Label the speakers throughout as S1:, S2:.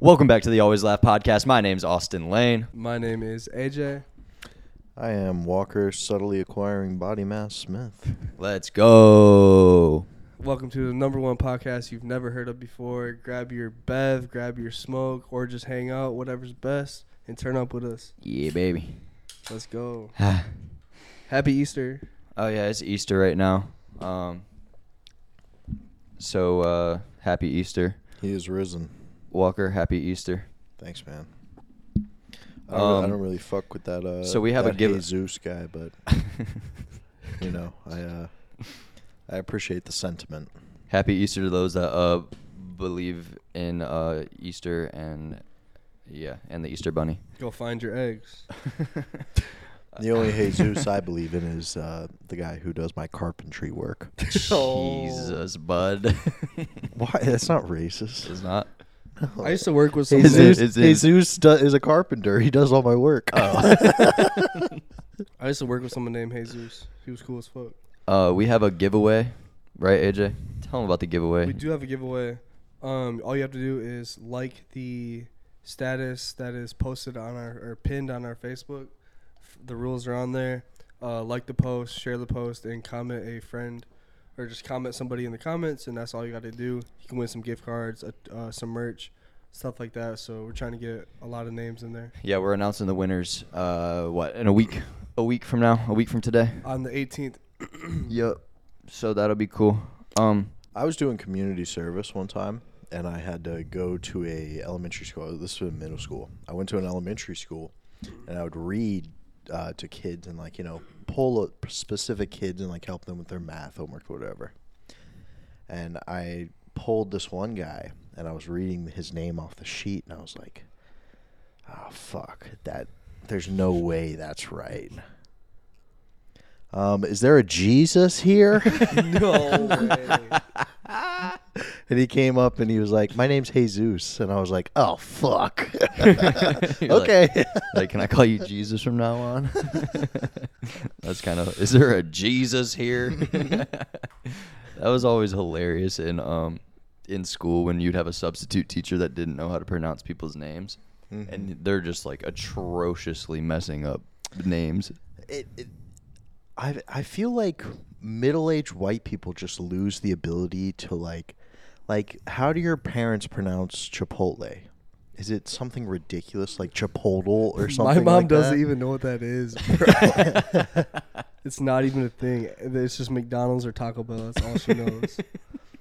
S1: Welcome back to the Always Laugh podcast. My name's Austin Lane.
S2: My name is AJ.
S3: I am Walker, subtly acquiring body mass Smith.
S1: Let's go.
S2: Welcome to the number one podcast you've never heard of before. Grab your Bev, grab your smoke, or just hang out, whatever's best, and turn up with us.
S1: Yeah, baby.
S2: Let's go.
S1: oh
S2: Happy Easter.
S1: yeah, it's Easter right now. Um, so uh, happy Easter,
S3: He is risen.
S1: Walker. Happy Easter.
S3: Thanks, man. I don't, really, I
S1: Um,
S3: don't really fuck with that. Uh,
S1: so we have a
S3: that
S1: give-
S3: Jesus guy, but you know, I uh, I appreciate the sentiment.
S1: happy Easter to those that uh, believe in uh, Easter and yeah, and the Easter Bunny.
S2: Go find your eggs.
S3: The only Jesus I believe in is uh, the guy who does my carpentry work.
S1: Jesus, bud.
S3: Why? That's not racist.
S1: It's not.
S3: No.
S2: I used to work with some
S3: Jesus,
S1: It's- it's-
S3: Jesus do- is a carpenter. He does all my work.
S1: Oh.
S2: I used to work with someone named Jesus. He was cool as fuck.
S1: Uh, we have a giveaway, right, AJ? Tell them about the giveaway.
S2: We do have a giveaway. Um, all you have to do is like the status that is posted on our or pinned on our Facebook. F- The rules are on there. Uh, like the post, share the post, and comment a friend, or just comment somebody in the comments, and that's all you got to do. You can win some gift cards, uh, uh, some merch, stuff like that. So we're trying to get a lot of names in there.
S1: Yeah, we're announcing the winners. Uh, what in a week? A week from now? A week from today?
S2: On the 18th,
S1: Yep. So that'll be cool. Um,
S3: I was doing community service one time, and I had to go to a elementary school. This was in middle school. I went to an elementary school, and I would read uh, to kids and like you know pull up specific kids and like help them with their math homework or whatever. And I pulled this one guy, and I was reading his name off the sheet, and I was like, "Oh fuck, that there's no way that's right." Um, is there a Jesus here?
S2: no way.
S3: And he came up and he was like, "My name's Jesus," and I was like, "Oh fuck,
S1: you're like-
S3: okay."
S1: like, can I call you Jesus from now on? That's kind of. Is there a Jesus here? that was always hilarious in um, in school when you'd have a substitute teacher that didn't know how to pronounce people's names, and they're just like atrociously messing up names.
S3: it, it, I I feel like middle-aged white people just lose the ability to like, like, how do your parents pronounce Chipotle? Is it something ridiculous like Chipotle or
S2: My
S3: something?
S2: mom
S3: like
S2: doesn't
S3: that?
S2: even know what that is. bro. it's not even a thing. It's just McDonald's or Taco Bell. That's all she knows.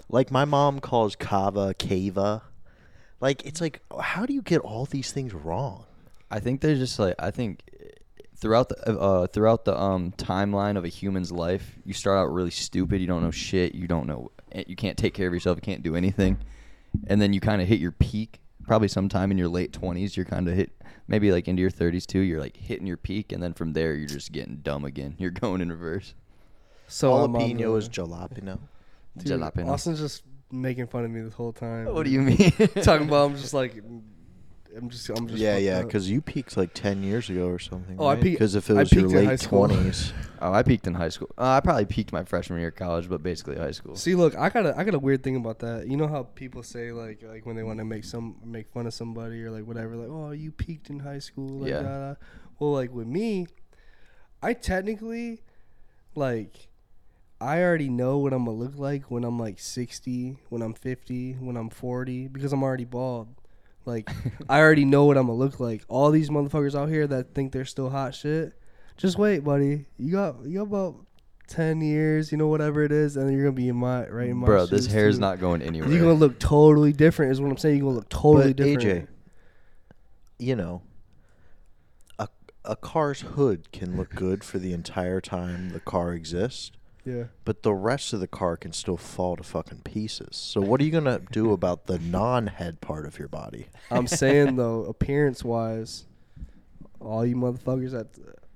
S3: Like my mom calls kava cava. Like it's like, how do you get all these things wrong?
S1: I think they're just like I think throughout the uh, throughout the um, timeline of a human's life, you start out really stupid. You don't know shit. You don't know. eh, You can't take care of yourself. You can't do anything. And then you kind of hit your peak. Probably sometime in your late twenties, you're kind of hit. Maybe like into your thirties too. You're like hitting your peak, and then from there, you're just getting dumb again. You're going in reverse.
S2: So uh, I'm on
S3: jalapeno
S2: the-
S3: is jalapeno.
S2: Dude,
S1: Jalapeno.
S2: Austin's just making fun of me this whole time.
S1: What do you mean?
S2: talking about? I'm just like, I'm just, I'm just.
S3: Yeah,
S2: fucked
S3: yeah,
S2: up.
S3: because you peaked like ten years ago or something.
S2: Oh, I peak-
S3: because if it
S2: I
S3: was your
S2: peaked in high
S3: late
S2: school.
S3: twenties,
S1: Oh, I peaked in high school. Uh, I probably peaked my freshman year of college, but basically high school.
S2: See, look, I got a, I got a weird thing about that. You know how people say like, like when they want to make some, make fun of somebody or like whatever, like, oh, you peaked in high school, like,
S1: Yeah.
S2: yeah. Well, like with me, I technically, like, I already know what I'm gonna look like when I'm like 60, when I'm 50, when I'm 40, because I'm already bald. Like, I already know what I'm gonna look like. All these motherfuckers out here that think they're still hot shit, just wait, buddy. You got, you got about. 10 years, you know, whatever it is, and then you're gonna be in my right in my
S1: Bro, this
S2: shoes,
S1: hair is
S2: too.
S1: not going anywhere.
S2: You're gonna look totally different, is what I'm saying. You're gonna look totally
S3: But, AJ,
S2: different.
S3: you know, a a car's hood can look good for the entire time the car exists,
S2: Yeah.
S3: but the rest of the car can still fall to fucking pieces. So what are you gonna do about the non-head part of your body?
S2: I'm saying though, appearance wise, all you motherfuckers that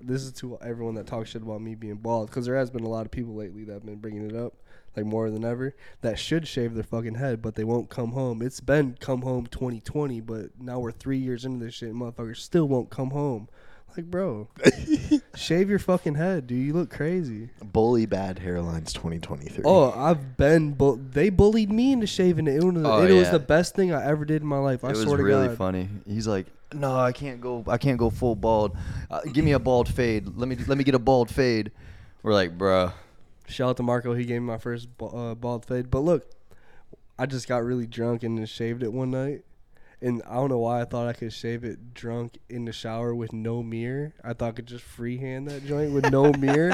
S2: this is to everyone that talks shit about me being bald, because there has been a lot of people lately that have been bringing it up, like more than ever, that should shave their fucking head, but they won't come home. It's been come home 2020, but now we're three years into this shit, and motherfuckers still won't come home. Like, bro, shave your fucking head, dude. You look crazy.
S3: Bully bad hairlines 2023.
S2: Oh, I've been. Bu- they bullied me into shaving it. It, was,
S1: Oh,
S2: it was
S1: yeah.
S2: the best thing I ever did in my life. I
S1: it was
S2: swear to
S1: really
S2: God.
S1: funny. He's like, "No, I can't go. I can't go full bald. Uh, give me a bald fade. Let me let me get a bald fade." We're like, "Bruh,
S2: Shout out to Marco. He gave me my first ba- uh, bald fade. But look, I just got really drunk and then shaved it one night. And I don't know why I thought I could shave it drunk in the shower with no mirror. I thought I could just freehand that joint with no mirror.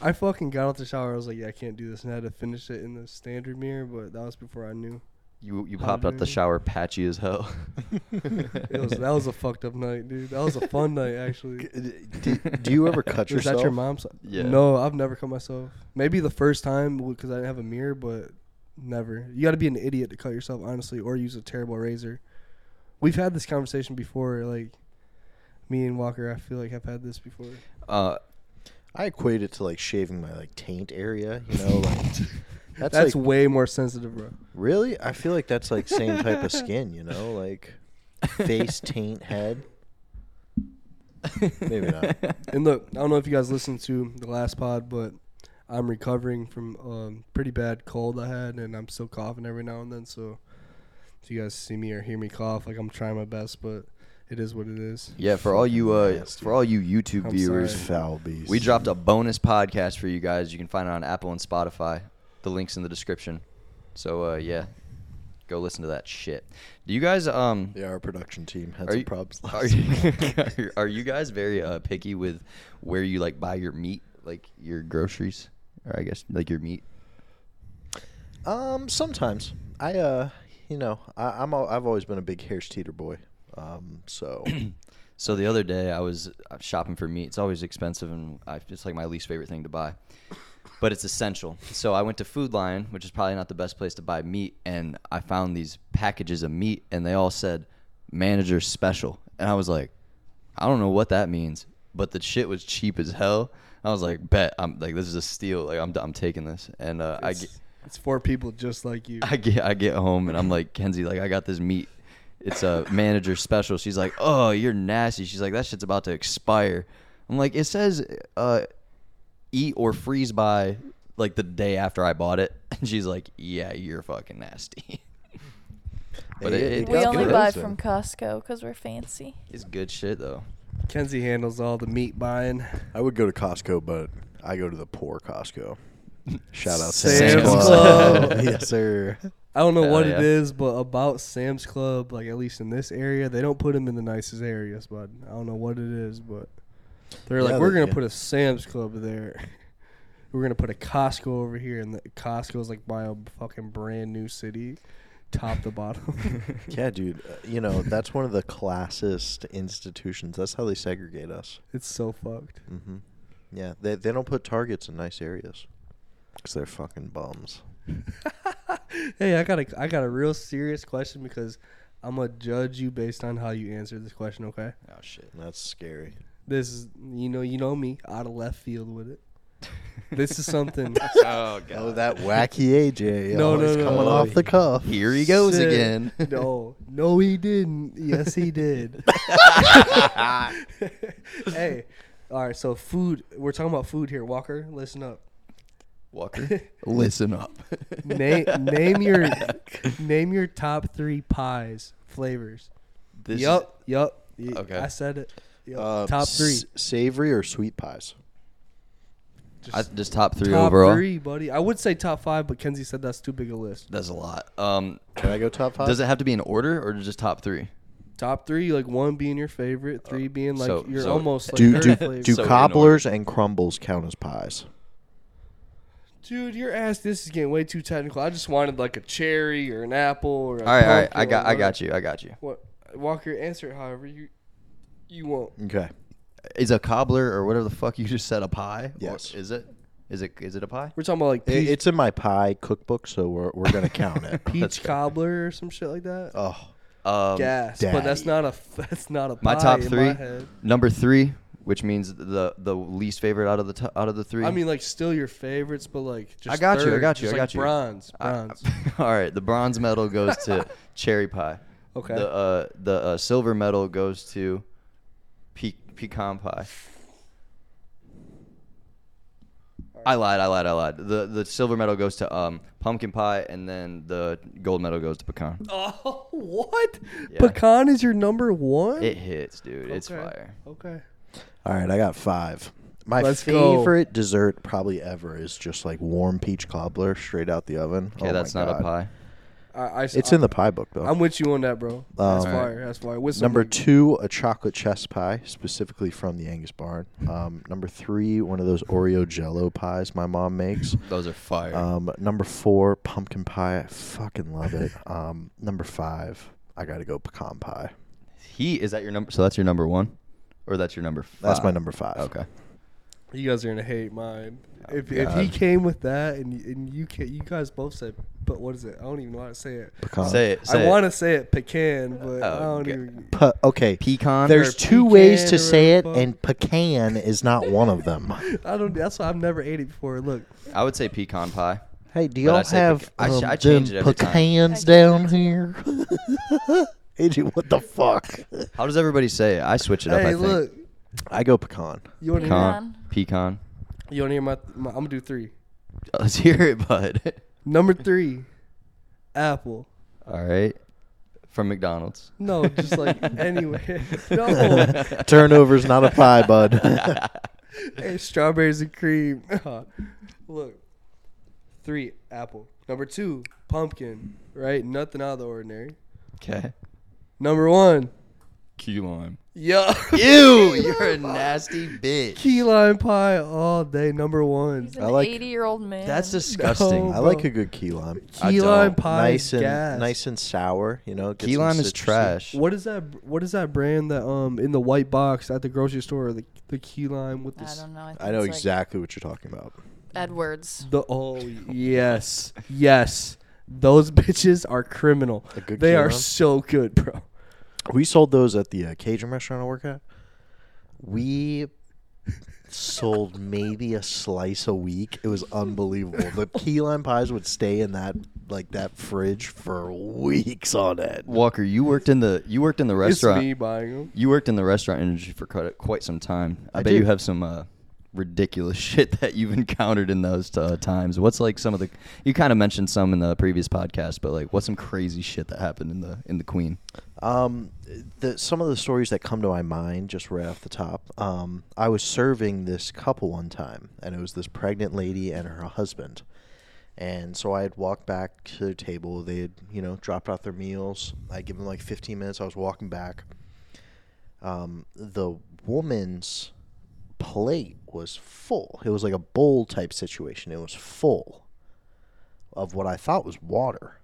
S2: I fucking got out the shower. I was like, yeah, I can't do this. And I had to finish it in the standard mirror, but that was before I knew.
S1: you you popped out the shower patchy as hell."
S2: It was That was a fucked up night, dude. That was a fun night, actually.
S3: do, do you ever cut
S2: Was
S3: yourself?
S2: that your mom's?
S1: Yeah.
S2: No, I've never cut myself. Maybe the first time because I didn't have a mirror, but never. You got to be an idiot to cut yourself, honestly, or use a terrible razor. We've had this conversation before. Like, me and Walker, I feel like have had this before.
S1: Uh,
S3: I equate it to like shaving my like taint area. You
S2: Oh,
S3: know, like that's,
S2: That's,
S3: like
S2: way more sensitive, bro.
S3: really. I feel like that's like same type of skin. You know, like face, taint, head. Maybe not.
S2: And look, I don't know if you guys listened to the last pod, but I'm recovering from um pretty bad cold I had, and I'm still coughing every now and then. So, if you guys see me or hear me cough, like I'm trying my best, but it is what it is.
S1: yeah, for all you uh,
S3: Nasty.
S1: for all you YouTube
S2: I'm
S1: viewers,
S2: sorry.
S3: Foul beast.
S1: we dropped a bonus podcast for you guys. You can find it on Apple and Spotify. The links in the description. So uh, yeah, go listen to that shit. Do you guys um?
S3: Yeah, our production team had
S1: Are
S3: some
S1: you,
S3: props.
S1: are, you, are- are you guys very uh, picky with where you like buy your meat, like your groceries, or I guess like your meat?
S3: Um, sometimes I, uh, you know, I, I'm a, I've always been a big Harris Teeter boy. Um, so
S1: So the other day I was uh, shopping for meat. It's always expensive, and I, it's like my least favorite thing to buy, but it's essential. So I went to Food Lion, which is probably not the best place to buy meat, and I found these packages of meat, and they all said manager special, and I was like, I don't know what that means, but the shit was cheap as hell. I was like, bet I'm like this is a steal. Like I'm I'm taking this, and uh, I
S2: It's-
S1: get
S2: It's for people just like you.
S1: I get I get home and I'm like Kenzie, like I got this meat. It's a manager special. She's like, oh, you're nasty. She's like, that shit's about to expire. I'm like, it says, uh, eat or freeze by like the day after I bought it. And she's like, yeah, you're fucking nasty. but it,
S3: Hey,
S1: it,
S3: It
S4: we
S1: it's
S3: does
S4: only
S1: good.
S3: good.
S4: buy
S3: So-
S4: from Costco because we're fancy.
S1: It's good shit though.
S2: Kenzie handles all the meat buying.
S3: I would go to Costco, but I go to the poor Costco. Shout out
S2: Sam's
S3: Sam's
S2: Club.
S3: Club. yes, sir.
S2: I don't know
S1: Hell
S2: what
S1: yeah.
S2: it is, but about Sam's Club, like at least in this area, they don't put them in the nicest areas, bud. I don't know what it is, but they're
S3: Yeah,
S2: like, we're
S3: they-
S2: gonna
S3: yeah.
S2: put a Sam's Club there. we're gonna put a Costco over here, and the Costco's like by a fucking brand new city, top to bottom.
S3: Yeah, dude. uh, You know that's one of the classist institutions. That's how they segregate us.
S2: it's so fucked.
S3: Mm-hmm. Yeah, they they don't put targets in nice areas because they're fucking bums.
S2: Hey, I got a I got a real serious question because I'm gonna judge you based on how you answer this question. Okay,
S1: Oh shit.
S3: That's scary.
S2: this is you know you know me out of left field with it. This is something.
S1: Oh god.
S3: Oh, that wacky AJ.
S2: No,
S3: No,
S2: no,
S3: no,
S2: no,
S3: coming
S2: no.
S3: off the cuff.
S1: Here he goes
S2: Shit.
S1: again.
S2: No, no, he didn't. Yes, he did. hey, all right. So food. We're talking about food here. Walker, listen up.
S1: Walker, listen up.
S2: Name name your name your top three pies flavors.
S1: This is-
S2: yup, yup. y-
S1: Okay. Um,
S2: I said it. Yup.
S3: Uh,
S2: top three.
S3: s- savory or sweet pies.
S2: Just
S1: I, just top three
S2: top
S1: overall.
S2: three, buddy. I would say top five, but Kenzie said that's too big a list.
S1: That's a lot. Um,
S3: Can I go top five?
S1: does it have to be in order or just top three?
S2: Top three, like one being your favorite, three being like
S1: Uh, so-
S2: you're
S1: so-
S2: almost like
S3: do
S2: third
S3: do,
S2: flavor.
S3: do
S1: So in
S3: cobblers and crumbles count as pies?
S2: Dude, your ass. This is getting way too technical. I just wanted like a cherry or an apple or. A
S1: All right, all right. I
S2: pumpkin
S1: got,
S2: or
S1: I got you. I got you.
S2: What Walker? Answer it however you you want.
S3: Okay.
S1: Is a cobbler or whatever the fuck you just said a pie?
S3: Yes.
S1: Or is it? Is it? Is it a pie?
S2: We're talking about like
S3: I-
S2: peach,
S3: it's in my pie cookbook, so we're we're gonna count it.
S1: that's
S2: peach
S1: fair.
S2: cobbler or some shit like that.
S3: oh,
S1: Um,
S2: Gas, but that's
S3: daddy.
S2: not a that's not a
S1: My
S2: pie
S1: top
S2: in
S1: three.
S2: My head.
S1: Number three, which means the the least favorite out of the t- out of the three.
S2: I mean, like still your favorites, but like just
S1: I got you. I
S2: third,
S1: got you.
S2: just,
S1: I
S2: like,
S1: got you.
S2: Bronze,
S1: I-
S2: bronze.
S1: all right. The bronze medal goes to cherry pie.
S2: Okay.
S1: The uh, the uh, silver medal goes to Pe- pecan pie. I lied, I lied, I lied. The the silver medal goes to um pumpkin pie, and then the gold medal goes to pecan.
S2: Oh, what?
S1: Yeah.
S2: Pecan is your number one?
S1: It hits, dude. It's
S2: Okay. Oh
S1: fire.
S2: Okay.
S3: All right, I got five. My
S2: Let's go.
S3: favorite dessert probably ever is just like warm peach cobbler straight out the oven.
S1: Okay,
S3: Oh
S1: that's
S3: my
S1: not a
S3: God.
S1: pie.
S2: I, I,
S3: It's in the pie book though.
S2: I'm with you on that, bro. That's
S3: Um,
S2: fire. That's fire. With some,
S3: Number
S2: like,
S3: two, a chocolate chess pie, specifically from the Angus Barn. Um, number three, one of those Oreo Jello pies my mom makes.
S1: Those are fire.
S3: Um, number four, pumpkin pie. I fucking love it. Um, number five, I gotta go pecan pie.
S1: he is that your number? So that's your number one, or that's your number. Five?
S3: That's my number five.
S1: Okay.
S2: You guys are gonna hate mine.
S3: Oh,
S2: if, if he
S1: God.
S2: came with that and y- and you can you guys both said, but what is it? I don't even know how to say it.
S3: Pecan.
S1: Say it. Say
S2: I
S1: it.
S2: want to say it pecan, but I
S1: Oh,
S2: don't
S1: God.
S2: even.
S3: Pe- okay.
S1: pecan.
S3: There's
S2: or
S3: two ways to
S2: pecan or
S3: say it,
S2: whatever the
S3: and pecan is not one of them.
S2: I don't. That's why I've never ate it before. Look,
S1: I would say pecan pie.
S3: Hey, do
S1: But I
S3: y'all
S1: say
S3: have
S1: pecan- I sh-
S3: um,
S1: I change
S3: them
S1: it every time.
S3: pecans down here? AJ, what the fuck?
S1: How does everybody say it? I switch it up.
S2: hey,
S1: I think.
S2: look.
S3: I go pecan.
S2: You want to hear?
S1: Pecan. Pecan.
S2: You want to hear my, my? I'm gonna do three.
S1: Let's hear it, bud.
S2: Number three, apple.
S1: All right. From McDonald's.
S2: No, just like anyway. No,
S3: Turnover's not a pie, bud.
S2: hey, strawberries and cream. Look, three apple. Number two, pumpkin. Right, nothing out of the ordinary.
S1: Okay.
S2: Number one,
S1: Key lime.
S2: yeah,
S1: Ew, you're a nasty bitch.
S2: key lime pie all day. Number one,
S4: He's
S3: I
S4: an
S3: like-
S4: 80 year old man.
S1: That's disgusting.
S2: No.
S3: I like a good key lime.
S1: I
S2: key
S1: don't.
S2: lime pie
S3: nice
S2: is
S3: and
S2: gas.
S3: nice and sour, you know. get
S1: Key
S3: some
S1: lime is
S3: citrusy.
S1: trash.
S2: What is that? What is that brand that um in the white box at the grocery store? The the key lime with
S4: I
S2: this.
S4: don't know. I, think
S3: I know
S4: it's like
S3: exactly what you're talking about.
S4: Edwards.
S2: The oh yes yes those bitches are criminal.
S3: A good
S2: They
S3: key
S2: are
S3: lime?
S2: so good, bro.
S3: We sold those at the uh, Cajun restaurant I work at. We sold maybe a slice a week. It was unbelievable. The key lime pies would stay in that like that fridge for weeks on end.
S1: Walker, you worked in the you worked in the
S2: It's me
S1: restaurant.
S2: buying them.
S1: You worked in the restaurant industry for quite, quite some time. I,
S3: I
S1: bet
S3: did.
S1: you have some uh, ridiculous shit that you've encountered in those uh, times. What's like some of the you kind of mentioned some in the previous podcast, but like what's some crazy shit that happened in the in the Queen?
S3: Um, the some of the stories that come to my mind just right off the top. Um, I was serving this couple one time, and it was this pregnant lady and her husband. And so I had walked back to their table. They had, you know, dropped off their meals. I give them like 15 minutes. I was walking back. Um, the woman's plate was full. It was like a bowl type situation. It was full of what I thought was water.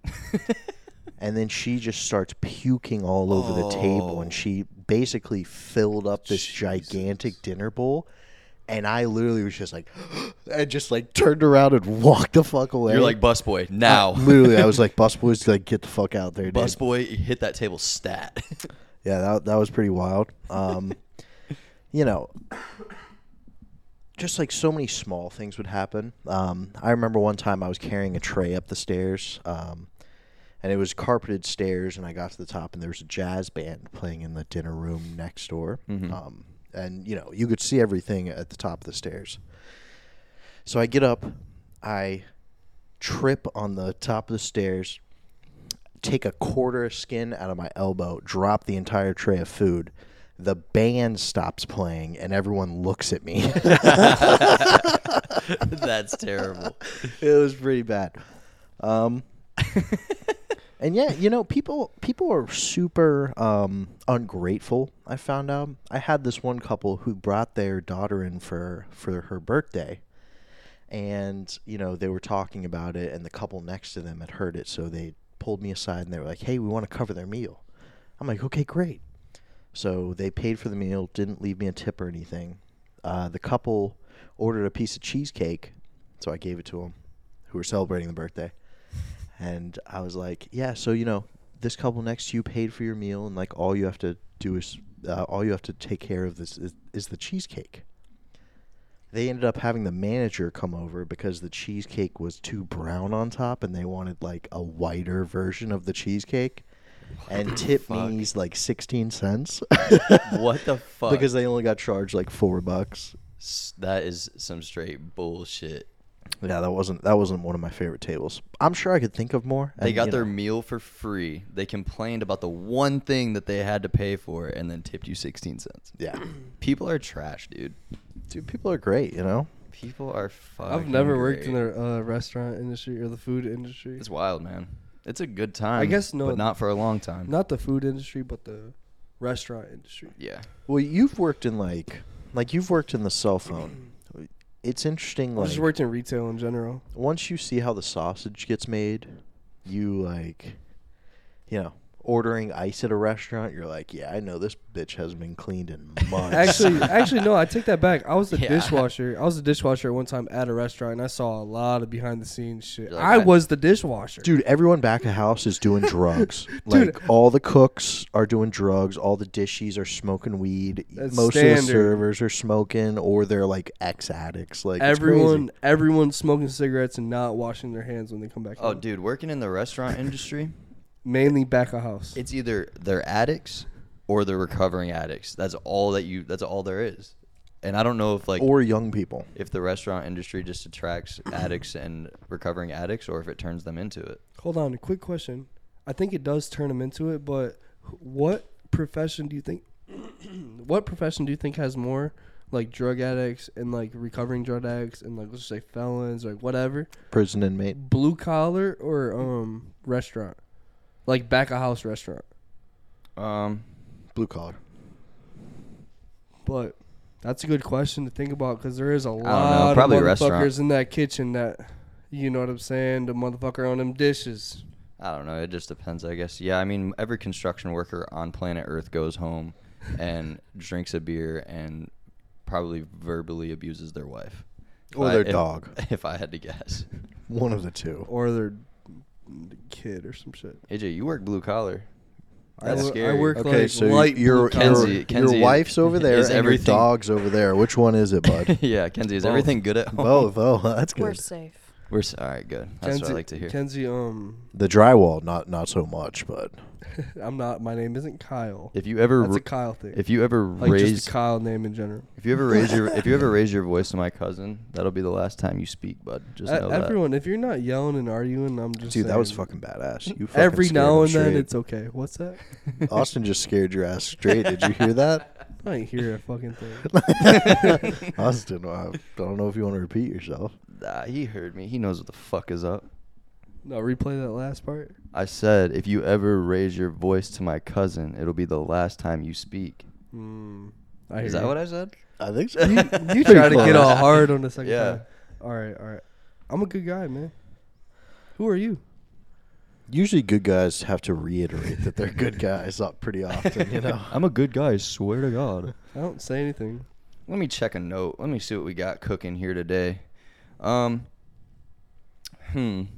S3: and then she just starts puking all over the table and she basically filled up this gigantic dinner bowl. And I literally was just like, and just like turned around and walked the fuck away.
S1: busboy
S3: I- literally, I was like, busboys, like get the fuck out there, dude.
S1: busboy, hit that table stat.
S3: yeah, that that was pretty wild. Um, you know, just like so many small things would happen. Um, I remember one time I was carrying a tray up the stairs, um, and it was carpeted stairs, and I got to the top, and there was a jazz band playing in the dinner room next door. Um, and you know, you could see everything at the top of the stairs. So I get up, I trip on the top of the stairs, take a quarter of skin out of my elbow, drop the entire tray of food. The band stops playing and everyone looks at me.
S1: That's terrible.
S3: it was pretty bad. Um, and yeah, you know, people people are super um, ungrateful. I found out. I had this one couple who brought their daughter in for for her birthday, and you know they were talking about it, and the couple next to them had heard it, so they pulled me aside and they were like, "Hey, we want to cover their meal." I'm like, "Okay, great." So they paid for the meal, didn't leave me a tip or anything. Uh, the couple ordered a piece of cheesecake, so I gave it to them, who were celebrating the birthday. And I was like, "Yeah, so you know, this couple next to you paid for your meal, and like all you have to do is, uh, all you have to take care of this is, is the cheesecake." They ended up having the manager come over because the cheesecake was too brown on top, and they wanted like a whiter version of the cheesecake. and tipped
S1: fuck?
S3: me's like 16 cents.
S1: What the fuck?
S3: Because they only got charged like 4 bucks.
S1: S- That is some straight bullshit.
S3: Yeah, that wasn't that wasn't one of my favorite tables. I'm sure I could think of more.
S1: They
S3: and,
S1: got
S3: you
S1: their
S3: know,
S1: meal for free. They complained about the one thing that they had to pay for and then tipped you 16 cents.
S3: Yeah.
S1: People are trash, dude.
S3: Dude, people are great, you know.
S1: People are fucking
S2: I've never worked in
S1: great.
S2: the uh, restaurant industry or the food industry.
S1: It's wild, man. It's a good time.
S2: guess no-
S1: But not for a long time.
S2: Not the food industry, but the restaurant industry.
S1: Yeah.
S3: Well, you've worked in like like you've worked in the cell phone. It's interesting
S2: I
S3: like
S2: just worked in retail in general.
S3: once you see how the sausage gets made, you like, you know, ordering ice at a restaurant, you're like, yeah, I know this bitch hasn't been cleaned in months.
S2: Actually, actually, no, I take that back. I was a
S1: Yeah.
S2: dishwasher. I was a dishwasher at one time at a restaurant, and I saw a lot of behind the scenes shit.
S1: You're like,
S2: I
S1: I-
S2: was the dishwasher.
S3: dude, everyone back of house is doing drugs.
S2: Dude.
S3: Like all the cooks are doing drugs, all the dishes are smoking weed.
S2: That's
S3: Most of
S2: standard.
S3: the servers are smoking, or they're like ex addicts. Like it's crazy.
S2: everyone, everyone smoking cigarettes and not washing their hands when they come back.
S1: Oh,
S2: home.
S1: dude, working in the restaurant industry,
S2: mainly back of house.
S1: it's either they're addicts or they're recovering addicts. That's all that you. That's all there is. And I don't know if like
S3: or young people.
S1: if the restaurant industry just attracts addicts and recovering addicts, or if it turns them into it.
S2: Hold on, a quick question. I think it does turn them into it, but what profession do you think? what profession do you think has more like drug addicts and like recovering drug addicts and like let's just say felons, like whatever,
S3: Prison inmate.
S2: blue collar or um restaurant, like back of house restaurant?
S1: Um,
S3: Blue collar.
S2: But that's a good question to think about because there is a
S1: know,
S2: lot of
S1: probably
S2: motherfuckers
S1: restaurant.
S2: in that kitchen that you know what I'm saying. The motherfucker on them dishes.
S1: I don't know. It just depends, I guess. Yeah, I mean, every construction worker on planet Earth goes home and drinks a beer and probably verbally abuses their wife If
S3: Or
S1: I-
S3: their
S1: if-
S3: dog.
S1: If I had to guess,
S3: One of the two.
S2: or their kid or some shit.
S1: AJ, you work blue collar.
S2: I,
S1: That's
S2: wo-
S1: scary.
S2: I work
S3: Okay,
S2: like
S3: so
S2: light
S3: your,
S2: blue
S1: Kenzie-
S3: your,
S1: Kenzie
S3: your wife's over there
S1: is
S3: and
S1: everything.
S3: your dog's over there. Which one is it, bud?
S1: yeah, Kenzie, is
S2: Both.
S1: everything good at home?
S3: both, oh, that's good.
S4: We're safe.
S1: We're s- all right. Good. That's what I like to hear.
S2: Kenzie, um,
S3: the drywall, not not so much, but
S2: I'm not. My name isn't Kyle.
S1: if you ever,
S2: That's a
S1: ra-
S2: Kyle thing.
S1: if you ever
S2: like
S1: raise,
S2: just a Kyle name in general.
S1: if you ever raise your, if you ever raise your voice to my cousin, that'll be the last time you speak, bud. Just
S2: E-
S1: know
S2: everyone, if you're not yelling and arguing, I'm just
S3: dude, that was
S2: saying,
S3: fucking badass. You fucking
S2: Every
S3: scared
S2: now
S3: him
S2: and then,
S3: straight.
S2: it's okay. What's that?
S3: Austin just scared your ass straight. Did you hear that,
S2: I ain't hear a fucking thing.
S3: Austin? I don't know if you want to repeat yourself.
S1: that. Nah, he heard me. He knows what the fuck is up.
S2: No, replay that last part.
S1: I said, if you ever raise your voice to my cousin, it'll be the last time you speak.
S2: Mm, I
S1: Is
S2: hear
S1: that what I said?
S3: I think so.
S1: You- you
S2: you, you try to get all
S1: close.
S2: hard on the second
S1: Yeah.
S2: time. All right, all right. I'm a good guy, man. Who are you?
S3: Usually, good guys have to reiterate that they're good guys up pretty often. You know,
S1: I'm a good guy, swear to God.
S2: I don't say anything.
S1: Let me check a note. Let me see what we got cooking here today. Um, hmm.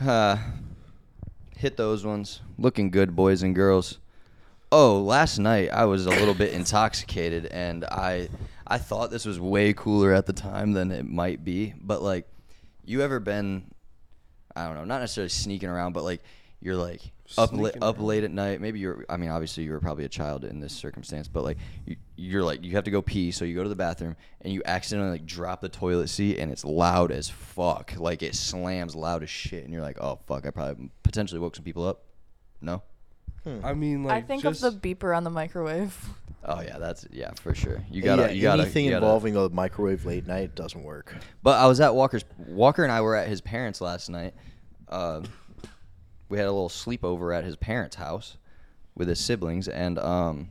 S1: Uh, hit those ones. Looking good, boys and girls. Oh, last night I was a little bit intoxicated, and I I thought this was way cooler at the time than it might be. But like, you ever been? I don't know, not necessarily sneaking around, but like you're like up late,
S2: Sneaking
S1: up
S2: around.
S1: late at night. Maybe you're. I mean, obviously you were probably a child in this circumstance, but like you, you're like you have to go pee, so you go to the bathroom and you accidentally like drop the toilet seat, and it's loud as fuck. Like it slams loud as shit, and you're like, oh fuck, I probably potentially woke some people up. No. Hmm.
S2: I
S3: Hmm.
S2: mean, like
S4: I think
S2: just,
S4: of the beeper on the microwave.
S1: Oh yeah, that's yeah for sure. You gotta
S3: yeah,
S1: you gotta
S3: anything
S1: you gotta-
S3: involving a microwave late night doesn't work.
S1: But I was at Walker's. Walker and I were at his parents last night. Uh, we had a little sleepover at his parents' house with his siblings, and um,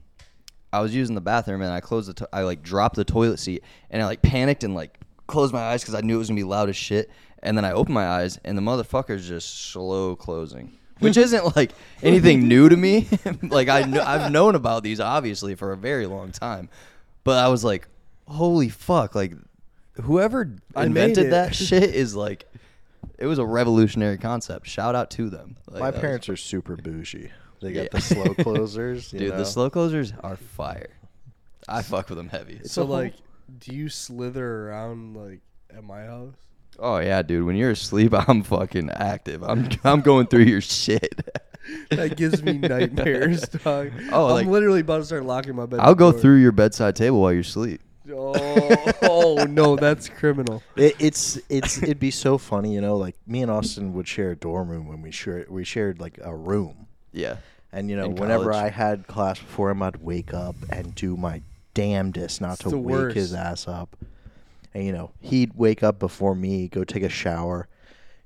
S1: I was using the bathroom, and I closed the. To- I like dropped the toilet seat, and I like panicked and like closed my eyes because I knew it was gonna be loud as shit. And then I opened my eyes, and the motherfucker's just slow closing, which isn't like anything new to me. like I, kn- I've known about these obviously for a very long time, but I was like, holy fuck! Like whoever
S2: I made
S1: invented
S2: it.
S1: that shit is like, it was a revolutionary concept. Shout out to them. Like,
S3: My
S1: that was-
S3: parents are super bougie. They got
S1: Yeah.
S3: the slow closers. you
S1: dude.
S3: know?
S1: The slow closers are fire. I fuck with them heavy.
S2: so like, do you slither around like at my house?
S1: Oh yeah, dude. When you're asleep, I'm fucking active. I'm I'm going through your shit.
S2: that gives me nightmares, dog.
S1: Oh,
S2: I'm
S1: like-
S2: literally about to start locking my bed.
S1: I'll go through your bedside table while you sleep.
S2: Oh, oh, no, that's criminal.
S3: It, it's it's it'd be so funny, you know. Like me and Austin would share a dorm room when we shared we shared like a room,
S1: Yeah.
S3: and you know
S1: In
S3: whenever
S1: college.
S3: I had class before him, I'd wake up and do my damnedest not
S2: It's
S3: to
S2: the
S3: wake
S2: worst.
S3: his ass up. And you know he'd wake up before me, go take a shower,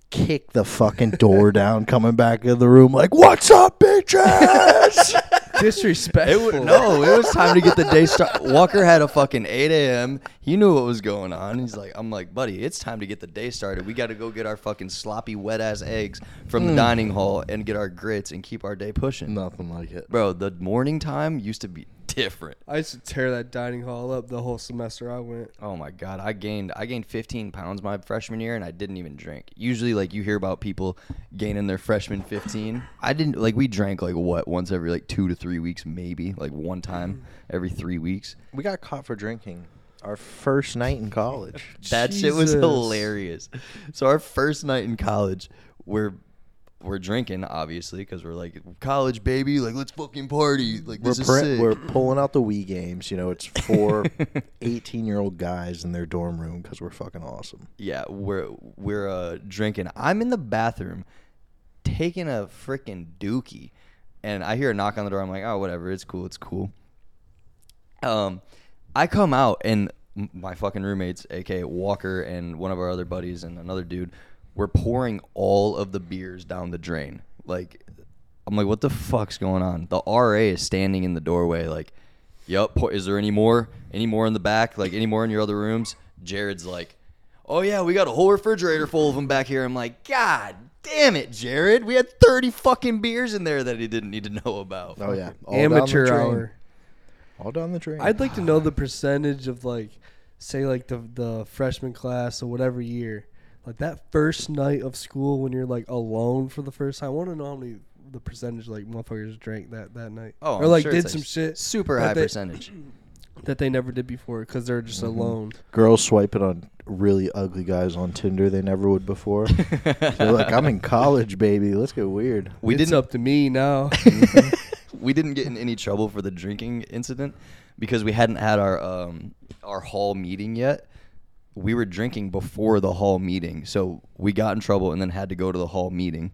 S3: kick the fucking door down, coming back in the room like, "What's up, bitches?"
S1: It
S2: Disrespectful.
S1: wa- no, it was time to get the day started. Walker had a fucking 8 a.m. He knew what was going on. He's like, I'm like, buddy, it's time to get the day started. We got to go get our fucking sloppy, wet ass eggs from the dining hall and get our grits and keep our day pushing.
S3: Nothing like it.
S1: Bro, the morning time used to be different.
S2: I used to tear that dining hall up the whole semester I went.
S1: Oh my god, I gained I gained 15 pounds my freshman year and I didn't even drink. Usually like you hear about people gaining their freshman 15. I didn't like we drank like what once every like 2 to 3 weeks maybe, like one time every 3 weeks.
S3: We got caught for drinking our first night in college.
S1: That shit was
S2: Jesus.
S1: hilarious. So our first night in college, we're we're drinking obviously because we're like college baby, like let's fucking party, like
S3: we're,
S1: this
S3: pre-
S1: is sick.
S3: we're pulling out the Wii games. You know, it's four 18 year old guys in their dorm room because we're fucking awesome.
S1: yeah, we're we're uh, drinking. I'm in the bathroom taking a freaking dookie, and I hear a knock on the door. I'm like, oh whatever, it's cool, it's cool. Um, I come out and m- my fucking roommates, aka Walker, and one of our other buddies and another dude, were pouring all of the beers down the drain. Like, I'm like, what the fuck's going on? The RA is standing in the doorway, like, yup. Pour- is there any more? Any more in the back? Like, any more in your other rooms? Jared's like, oh yeah, we got a whole refrigerator full of them back here. I'm like, god. Damn it, Jared! We had thirty fucking beers in there that he didn't need to know about.
S3: Oh yeah, all down the
S2: Amateur
S3: drain.
S2: hour.
S3: All down the drain.
S2: I'd like to know the percentage of like, say like the the freshman class or whatever year, like that first night of school when you're like alone for the first time. I want to know how many the percentage like motherfuckers drank that that night.
S1: Oh,
S2: or
S1: I'm
S2: like
S1: sure
S2: did
S1: it's a
S2: some shit
S1: Super
S2: that
S1: high
S2: they-
S1: percentage. Mm-hmm.
S2: that they never did before because they're just alone.
S3: Girls swiping on really ugly guys on Tinder they never would before. They're like, I'm in college, baby. Let's get weird.
S1: We
S2: it's
S1: didn't Oh,
S2: up to me now.
S1: we didn't get in any trouble for the drinking incident because we hadn't had our um our hall meeting yet. We were drinking before the hall meeting, so we got in trouble and then had to go to the hall meeting.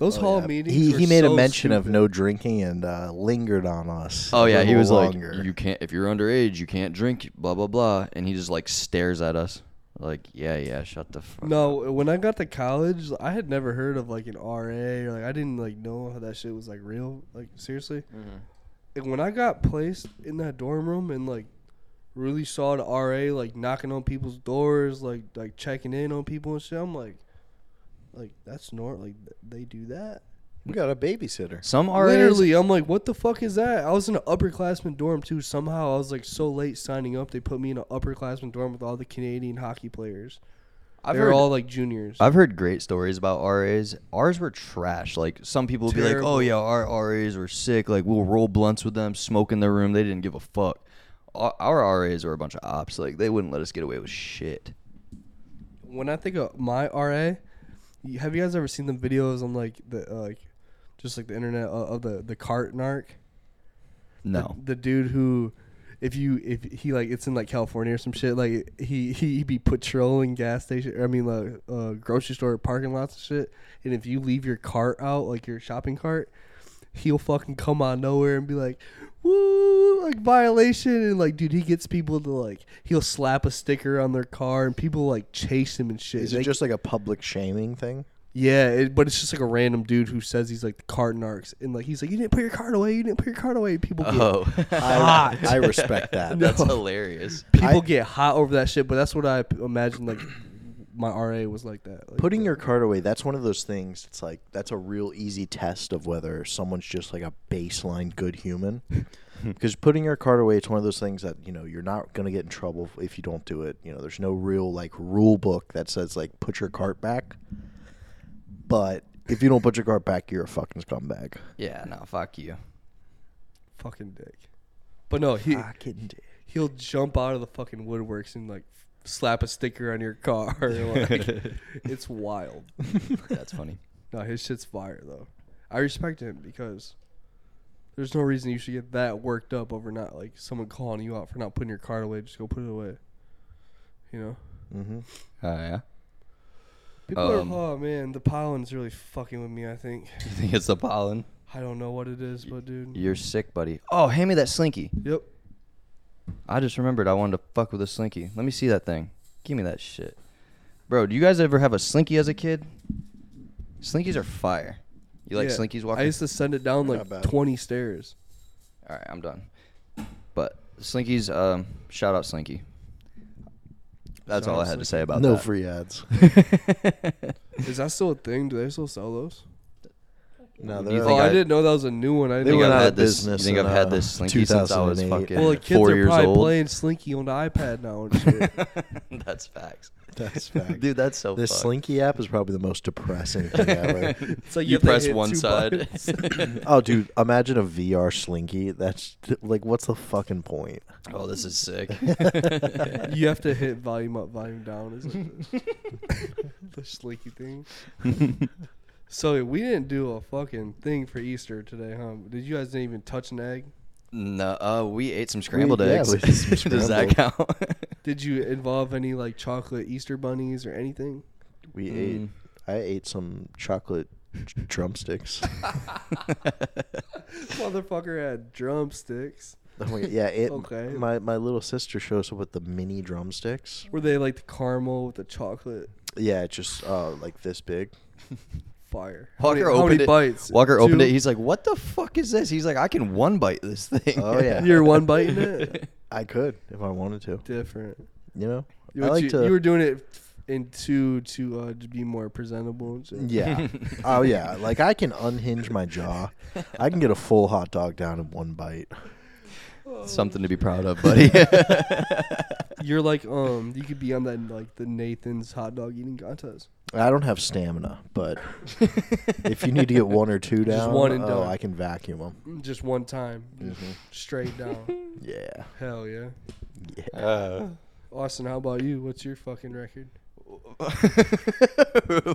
S2: Those hall meetings.
S3: He
S2: were
S3: he made
S2: so
S3: a mention of
S2: stupid.
S3: no drinking and uh, lingered on us.
S1: Oh
S3: a
S1: yeah, he
S3: little
S1: was
S3: longer.
S1: like, "You can't if you're underage, you can't drink." Blah blah blah, and he just like stares at us, like, "Yeah yeah, shut the fuck."
S2: No, when I got to college, I had never heard of like an RA or like I didn't like know how that shit was like real. Like seriously, and when I got placed in that dorm room and like really saw the RA like knocking on people's doors, like like checking in on people and shit, I'm like, like that's normal. Like th- they do that.
S3: we got a babysitter.
S1: Some RAs,
S2: Literally, I'm like, what the fuck is that? I was in an upperclassman dorm too. Somehow I was like so late signing up, they put me in an upperclassman dorm with all the Canadian hockey players.
S1: I've
S2: They're
S1: heard
S2: all like juniors.
S1: I've heard great stories about RAs. Ours were trash. Like some people would be like, "Oh
S2: Terrible.
S1: yeah, our RAs were sick. Like we'll roll blunts with them, smoke in their room. They didn't give a fuck." Our, our RAs were a bunch of ops. Like they wouldn't let us get away with shit.
S2: when I think of my RA, you- have you guys ever seen the videos on like the uh, like just like the internet of, of the the cart narc?
S1: No.
S2: The, the dude who if you if he like it's in like California or some shit like he he be patrolling gas station or I mean like uh, grocery store parking lots and shit and if you leave your cart out like your shopping cart he'll fucking come out of nowhere and be like woo like violation and like dude he gets people to like he'll slap a sticker on their car and people like chase him and shit
S3: Is
S2: They-
S3: it just like a public shaming thing?
S2: yeah, it, but it's just like a random dude who says he's like the card narcs, and like he's like, "You didn't put your card away. You didn't put your card away." People get
S1: Oh,
S3: I, I respect that.
S1: that's hilarious.
S2: people
S3: I-
S2: get hot over that shit, but that's what I p- imagine. Like my RA was like that. Like,
S3: Putting
S2: the-
S3: your card away, that's one of those things. It's like, that's a real easy test of whether someone's just like a baseline good human. Because putting your card away, it's one of those things that, you know, you're not going to get in trouble if you don't do it. You know, there's no real like rule book that says like put your cart back. But if you don't put your cart back, you're a fucking scumbag.
S1: Yeah, no, fuck you.
S2: fucking dick. But no, he
S3: Fucking dick.
S2: he'll jump out of the fucking woodworks and like slap a sticker on your car. like, it's wild.
S1: That's funny.
S2: No, his shit's fire though. I respect him because there's no reason you should get that worked up over not like someone calling you out for not putting your card away. Just go put it away. You know,
S3: Mm-hmm.
S1: Oh yeah.
S2: people
S1: Um,
S2: are. Oh man, the pollen's really fucking with me. I think
S1: You think it's the pollen?
S2: I don't know what it is, but dude.
S1: You're sick, buddy. Oh, hand me that slinky.
S2: Yep.
S1: I just remembered I wanted to fuck with a slinky. Let me see that thing. Give me that shit. Bro, do you guys ever have a slinky as a kid? Slinkies are fire. You like
S2: Yeah.
S1: slinkies
S2: I
S1: walking?
S2: used to send it down
S3: They're
S2: like
S3: not bad.
S2: 20 stairs.
S1: All right, I'm done. But slinkies, um, shout out slinky. That's
S2: Shout
S1: all I
S2: out
S1: had to
S2: Slinky.
S1: say about
S3: no
S1: that.
S3: free ads.
S2: Is that still a thing? Do they still sell those?
S3: no,
S1: You
S3: they're
S1: think
S2: Oh,
S3: like-
S2: I,
S1: I-
S2: didn't know that was a new one. I
S1: I
S3: They
S1: think
S2: didn't
S3: went
S1: I've
S3: out
S1: had
S3: of
S1: this. You
S3: business
S1: think
S3: in,
S1: I've had
S3: uh,
S1: this slinky since I was
S3: 2008.
S1: fucking
S2: Well, the kids
S1: four
S2: are
S1: years
S2: probably
S1: old.
S2: playing Slinky on the iPad now and shit.
S1: that's facts.
S3: That's fact.
S1: Dude, that's so
S3: This
S1: fucked.
S3: Slinky app is probably the most depressing thing ever.
S2: It's like
S1: you
S2: you have to
S1: press
S2: hit
S1: one
S2: two
S1: side.
S3: oh, dude, imagine a VR Slinky. That's like, what's the fucking point?
S1: Oh, this is sick.
S2: you have to hit volume up, volume down. Is like the, the Slinky thing. So we didn't do a fucking thing for Easter today, huh? Did you guys didn't even touch an egg?
S1: no, uh, we ate some scrambled
S3: yeah,
S1: eggs.
S3: we ate some
S1: Does that count?
S2: Did you involve any like chocolate Easter bunnies or anything?
S3: We
S2: Hmm.
S1: Mm.
S3: ate. I ate some chocolate j- drumsticks. Oh,
S2: Motherfucker had drumsticks.
S3: oh my, yeah, it,
S2: Okay.
S3: My my little sister shows up with the mini drumsticks.
S2: Were they like the caramel with the chocolate
S3: Yeah, it's just uh, like this big.
S2: fire? How
S1: Walker
S2: many, how
S1: opened
S2: many
S1: it.
S2: bites?
S1: Walker opened
S2: Two?
S1: it. He's like, "What the fuck is this?" He's like, "I can one bite this thing."
S3: Oh, yeah.
S2: You're one biting it.
S3: I could if I wanted to.
S2: Different.
S3: You know,
S2: You,
S3: I like
S2: you,
S3: to.
S2: you were doing it in two to uh, to be more presentable. And shit.
S3: yeah. oh yeah. Like I can unhinge my jaw. I can get a full hot dog down in one bite.
S1: Something to be proud of, buddy.
S2: You're like um, you could be on that like the Nathan's hot dog eating contest.
S3: I don't have stamina, but if you need to get one or two
S2: Just
S3: down,
S2: one and
S3: oh,
S2: done.
S3: I can vacuum them.
S2: Mm, Just one time,
S1: Mm-hmm.
S3: Mhm.
S2: straight down.
S3: Yeah.
S2: Hell yeah,
S3: Yeah.
S2: Uh, Austin. How about you? What's your fucking record?
S1: record,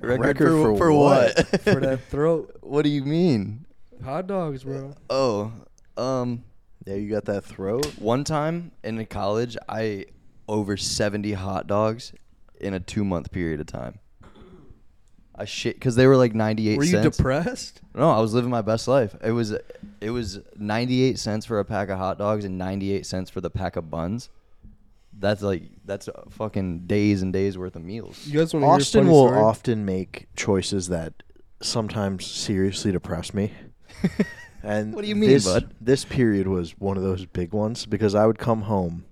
S3: Record
S1: for,
S3: for
S1: for what?
S2: For that throat,
S1: what do you mean?
S2: hot dogs, bro.
S1: Oh, um,
S3: Yeah, you got that throat.
S1: one time in college, I ate over seventy hot dogs in a two month period of time. I shit because they were like ninety eight.
S2: Were you
S1: cents.
S2: depressed?
S1: No, I was living my best life. It was it was 98 cents for a pack of hot dogs and 98 cents for the pack of buns. That's like that's uh, fucking days and days worth of meals.
S2: You guys want to
S3: Austin
S2: hear a funny
S3: will
S2: story?
S3: often make choices that sometimes seriously depress me. And
S1: What do you mean,
S3: this,
S1: bud?
S3: This period was one of those big ones because I would come home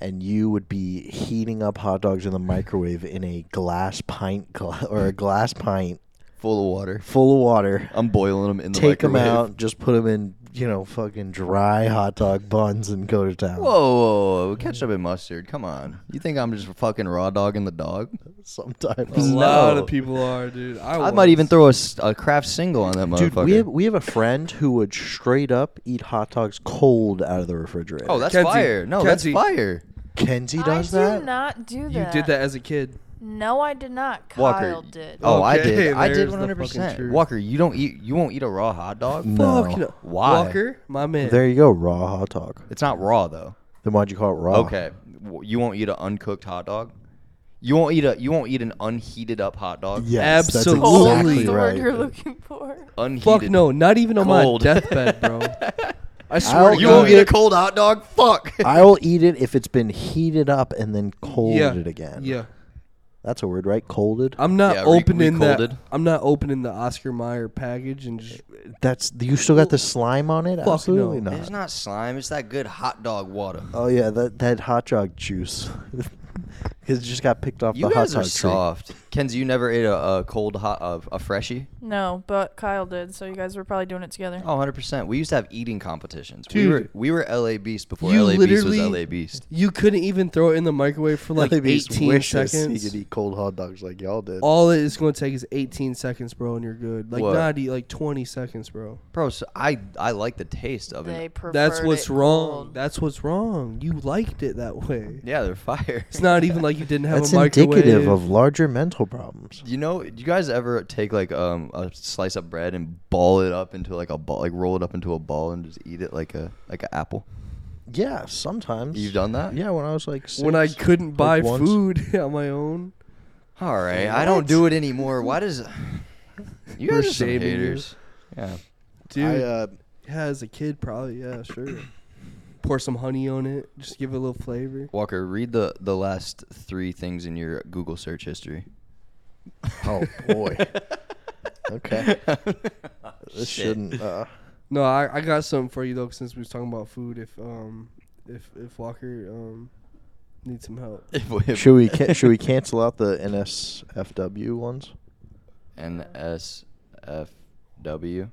S3: and you would be heating up hot dogs in the microwave in a glass pint gla- or a glass pint
S1: Full of water.
S3: full of water.
S1: I'm boiling them in the
S3: Take them
S1: microwave.
S3: out, just put them in, you know, fucking dry hot dog buns and go to town.
S1: Whoa, whoa, whoa, ketchup and mustard. Come on. You think I'm just fucking raw dogging the dog?
S3: Sometimes.
S2: A lot
S1: No.
S2: of people are, dude. I,
S1: I,
S2: was.
S1: might even throw a, s- a craft single on that
S3: Dude,
S1: motherfucker.
S3: we have, we have a friend who would straight up eat hot dogs cold out of the refrigerator.
S1: oh, that's
S2: Kenzie,
S1: fire. No,
S2: Kenzie.
S1: that's fire.
S3: Kenzie does
S4: I
S3: that?
S4: did not do
S2: You
S4: that.
S2: did that as a kid.
S4: No, I did not. Kyle
S1: Walker.
S4: did.
S1: Oh, I
S2: Okay,
S1: did. I did
S2: there's the
S1: 100%.
S2: fucking
S1: Walker, you don't eat you won't eat a raw hot dog?
S3: No.
S2: Fuck no.
S1: Why?
S2: Walker, my man.
S3: There you go, raw hot dog.
S1: It's not raw though.
S3: Then why'd you call it raw?
S1: Okay, W- you won't eat an uncooked hot dog. You won't eat a you won't eat an unheated up hot dog.
S3: Yes,
S2: Absolutely.
S3: that's
S4: the
S3: exactly
S4: word
S3: right.
S4: you're looking for.
S1: unheated.
S2: Fuck no, not even on
S1: Cold.
S2: my deathbed, bro. I
S3: I'll
S2: swear, to
S1: You won't
S2: God.
S1: eat a cold hot dog. Fuck.
S3: I will eat it if it's been heated up and then colded
S2: yeah.
S3: again.
S2: Yeah,
S3: That's a word, right? Colded.
S2: I'm not
S1: Yeah, re-
S2: opening that.
S1: recolded.
S2: I'm not opening the Oscar Mayer package and just
S3: That's you still got the slime on it?
S2: no.
S3: Absolutely not.
S1: It's not slime. It's that good hot dog water.
S2: Uh,
S3: Oh yeah, that that hot dog juice. it just got picked off
S1: You
S3: the hot
S1: guys
S3: dog
S1: are
S3: tree.
S1: soft. Kenzie, you never ate a, a cold hot uh, a freshie.
S4: No, but Kyle did, so you guys were probably doing it together.
S1: Oh, 100 percent. We used to have eating competitions.
S2: Dude.
S1: we were we were LA Beast before
S2: You
S1: LA Beast was
S2: literally-
S1: LA Beast.
S2: you couldn't even throw it in the microwave for like
S3: At least
S2: 18
S3: wishes
S2: seconds.
S3: He could eat cold hot dogs like y'all did.
S2: All it is going to take is 18 seconds, bro, and you're good. Like
S1: What?
S2: not e- like 20 seconds, bro.
S1: Bro, so I I like the taste of
S4: They
S1: it.
S4: preferred
S2: That's what's
S4: it
S2: wrong.
S4: cold.
S2: That's what's wrong. You liked it that way.
S1: Yeah, they're fire.
S2: It's not even like you didn't have
S3: That's
S2: a microwave.
S3: indicative of larger mental mental problems.
S1: You know, do you guys ever take like um, a slice of bread and ball it up into like a ball, like roll it up into a ball and just eat it like a like an apple?
S3: Yeah, sometimes
S1: You've done that?
S3: Yeah, when I was like six,
S2: when I couldn't
S3: like,
S2: buy
S3: once.
S2: food on my own.
S1: All right, I don't do it anymore. Why does you
S2: We're
S1: guys are some
S2: shaming you.
S1: haters? Yeah,
S2: Dude,
S3: I, uh,
S2: yeah, as a kid, probably, yeah, sure. Pour some honey on it, just give it a little flavor.
S1: Walker, read the the last three things in your Google search history.
S3: oh boy. okay,
S1: Shit.
S3: this shouldn't. Uh,
S2: No, I, I got something for you though, since we was talking about food. If um, if if Walker um, needs some help,
S1: If- if-
S3: should we can, should we cancel out the NSFW ones?
S1: NSFW?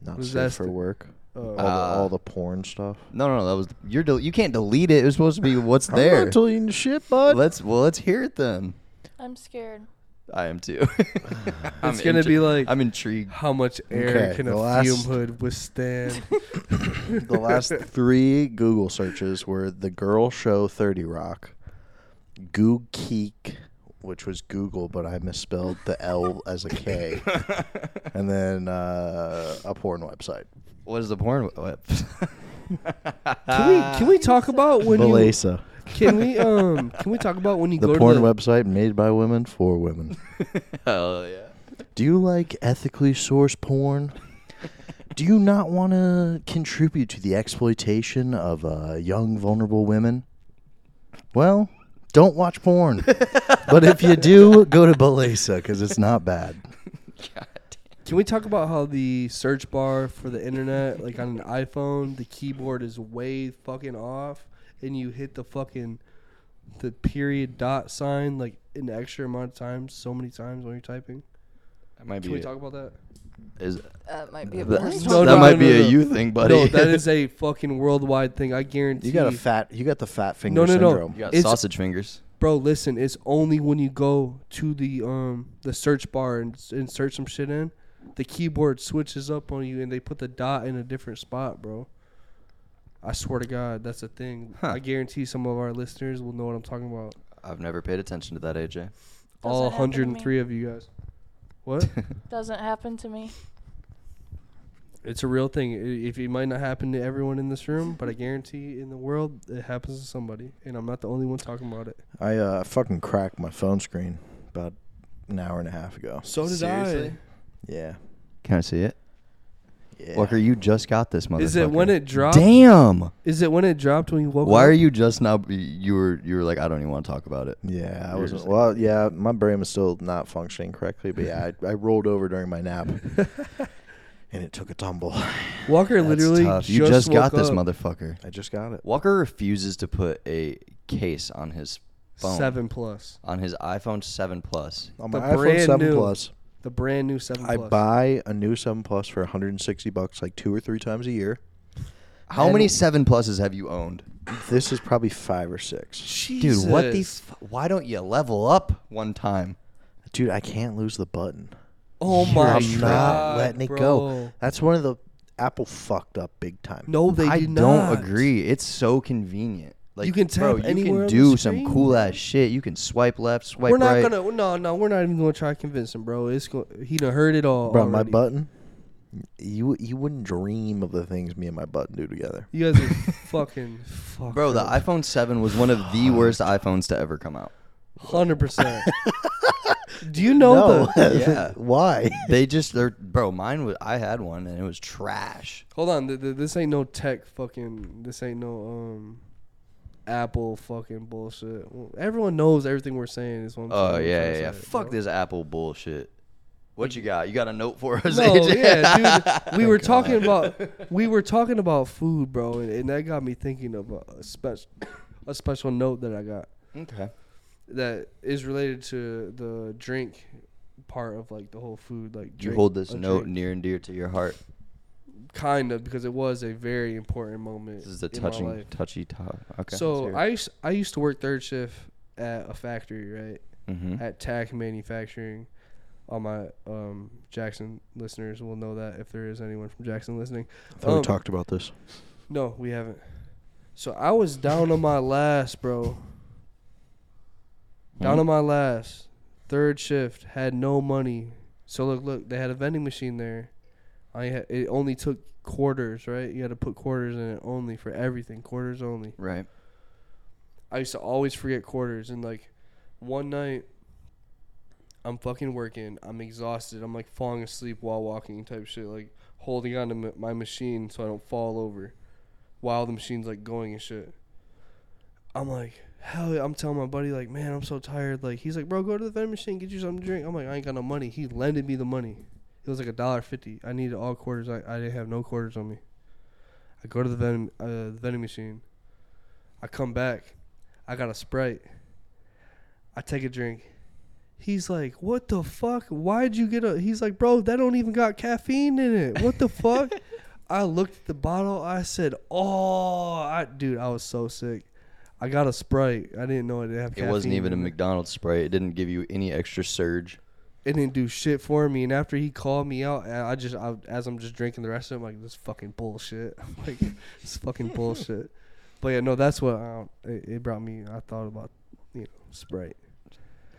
S3: Not
S2: Was
S3: safe
S2: that
S3: for
S2: the-
S3: work.
S2: uh,
S3: all,
S1: Uh,
S3: the, all the porn stuff.
S1: No, no, no. That was you're. Del- you can't delete it. It was supposed to be what's
S3: I'm
S1: there.
S3: not deleting shit, bud.
S1: let's well, let's hear it then.
S4: I'm scared.
S1: I am too. I'm
S2: It's gonna be like-
S1: I'm intrigued.
S2: how much air
S3: Okay,
S2: can
S3: the
S2: a
S3: last-
S2: fume hood withstand?
S3: the last three Google searches were the girl show 30 Rock, Goo Geek, which was Google, but I misspelled the L as a K, and then uh, a porn website.
S1: What is the porn web?
S2: Can we can we talk about when you,
S3: Belasa,
S2: can we um can we talk about when you
S3: the
S2: go
S3: porn
S2: to the,
S3: website made by women for women.
S1: Hell yeah.
S3: Do you like ethically sourced porn? Do you not want to contribute to the exploitation of uh, young, vulnerable women? Well, don't watch porn. but if you do, go to Belasa because it's not bad.
S2: Can we talk about how the search bar for the internet, like on an iPhone, the keyboard is way fucking off, and you hit the fucking the period dot sign like an extra amount of times, so many times when you're typing?
S1: That might
S2: Can we talk about that?
S1: is,
S4: That might be a
S1: that,
S4: worse
S2: No,
S1: that
S2: no,
S1: might
S2: no,
S1: be
S2: no,
S1: a
S2: no.
S1: you thing, buddy.
S2: No, that is a fucking worldwide thing. I guarantee.
S3: You got a fat. You got the fat finger
S2: No, no, no.
S3: syndrome.
S1: you got
S2: it's-
S1: sausage fingers.
S2: bro. Listen, it's only when you go to the um the search bar and, and search some shit in, the keyboard switches up on you and they put the dot in a different spot, bro. I swear to God, that's a thing.
S1: Huh.
S2: I guarantee some of our listeners will know what I'm talking about.
S1: I've never paid attention to that, AJ.
S2: All
S4: Doesn't happen to me.
S2: 103 of you guys. What?
S4: Doesn't happen to me.
S2: it's a real thing. I- If it might not happen to everyone in this room, but I guarantee in the world it happens to somebody, and I'm not the only one talking about it.
S3: I uh, fucking cracked my phone screen about an hour and a half ago.
S2: So did
S1: Seriously?
S3: Yeah.
S1: Can I see it?
S3: Yeah.
S1: Walker, you just got this
S2: I.
S1: motherfucker.
S2: Is it when it dropped?
S1: Damn.
S2: Is it when it dropped when you woke
S1: Why
S2: up?
S1: are you just now? You were you were like, I don't even want to talk about it.
S3: Yeah, I
S1: You're
S3: wasn't.
S1: just-
S3: Well, yeah, my brain was still not functioning correctly, but yeah, I, I rolled over during my nap, and it took a tumble.
S2: Walker
S1: That's
S2: literally
S1: tough.
S2: just
S1: You just got
S2: woke
S1: this
S2: up.
S1: motherfucker.
S3: I just got it.
S1: Walker refuses to put a case on his phone.
S2: seven plus.
S1: on his iPhone Seven Plus.
S3: On
S2: The
S3: Uh, my iPhone
S2: brand
S3: Seven
S2: new
S3: Plus,
S2: The brand new seven
S3: I
S2: plus.
S3: buy a new Seven Plus for 160 bucks, like two or three times a year.
S1: How
S3: And-
S1: many Seven Pluses have you owned,
S3: This is probably five or six.
S1: dude? What the?
S2: Jesus.
S1: F- why don't you level up one time?
S3: Dude, I can't lose the button.
S2: oh my god!
S3: I'm not letting it go.
S2: bro.
S3: That's one of the Apple fucked up big time.
S2: No, they
S1: I
S2: did
S1: don't
S2: not.
S1: agree. It's so convenient. Like
S2: You can
S1: bro,
S2: tap
S1: you
S2: anywhere
S1: can
S2: on the
S1: do some
S2: screen,
S1: cool
S2: bro.
S1: ass shit. You can swipe left, swipe
S2: We're not
S1: right.
S2: gonna. No, no, we're not even gonna try to convince him, bro. It's go, he done heard it all.
S3: Bro, my
S2: already.
S3: button. You you wouldn't dream of the things me and my button do together.
S2: You guys are fucking fuck.
S1: Bro, the iPhone 7 was one of the worst iPhones to ever come out.
S2: hundred percent. Do you know the?
S1: Yeah.
S3: Why?
S1: They just they're bro, mine was I had one and it was trash.
S2: Hold on, th- th- this ain't no tech fucking. This ain't no um, Apple fucking bullshit. Well, everyone knows everything we're saying is one.
S1: Oh yeah, yeah, yeah. Fuck this Apple bullshit. What you got? You got a note for us,
S2: No,
S1: AJ?
S2: yeah, dude. We
S1: Oh,
S2: were talking about we were talking about food, bro, and, and that got me thinking of a, a special a special note that I got
S1: Okay.
S2: that is related to the drink part of like the whole food like
S1: You
S2: drink,
S1: hold this
S2: a
S1: note
S2: drink.
S1: near and dear to your heart.
S2: kind of because it was a very important moment
S1: This is a
S2: in my
S1: touching
S2: life.
S1: touchy top. Okay.
S2: so I used, I used to work third shift at a factory right
S1: mm-hmm.
S2: at TAC Manufacturing. All my um, Jackson listeners will know that if there is anyone from Jackson listening.
S3: thought we
S2: Um,
S3: talked about this.
S2: No, we haven't. So I was down on my last, bro. Down on my last. Third shift had no money. So look, look, they had a vending machine there. I had, it only took quarters, right? You had to put quarters in it only for everything, quarters only.
S1: Right.
S2: I used to always forget quarters and like one night I'm fucking working, I'm exhausted, I'm like falling asleep while walking type shit, like holding on to m- my machine so I don't fall over while the machine's like going and shit. I'm like, hell yeah, I'm telling my buddy like, man, I'm so tired. Like he's like, bro, go to the vending machine, get you something to drink. I'm like, I ain't got no money. He lended me the money. It was like a dollar fifty. I needed all quarters. I, I didn't have no quarters on me. I go to the vending uh, the vending machine. I come back. I got a Sprite. I take a drink. He's like, "What the fuck? Why'd you get a?" He's like, "Bro, that don't even got caffeine in it. What the fuck?" I looked at the bottle. I said, "Oh, I, dude, I was so sick. I got a Sprite. I didn't know it didn't have
S1: It
S2: caffeine."
S1: wasn't even a
S2: in it.
S1: McDonald's spray. It didn't give you any extra surge.
S2: It didn't do shit for me. And after he called me out, and I just I, as I'm just drinking the rest of it, I'm like, "This fucking bullshit. I'm like, this fucking bullshit." But yeah, no, that's what I, it, it brought me. I thought about you know Sprite.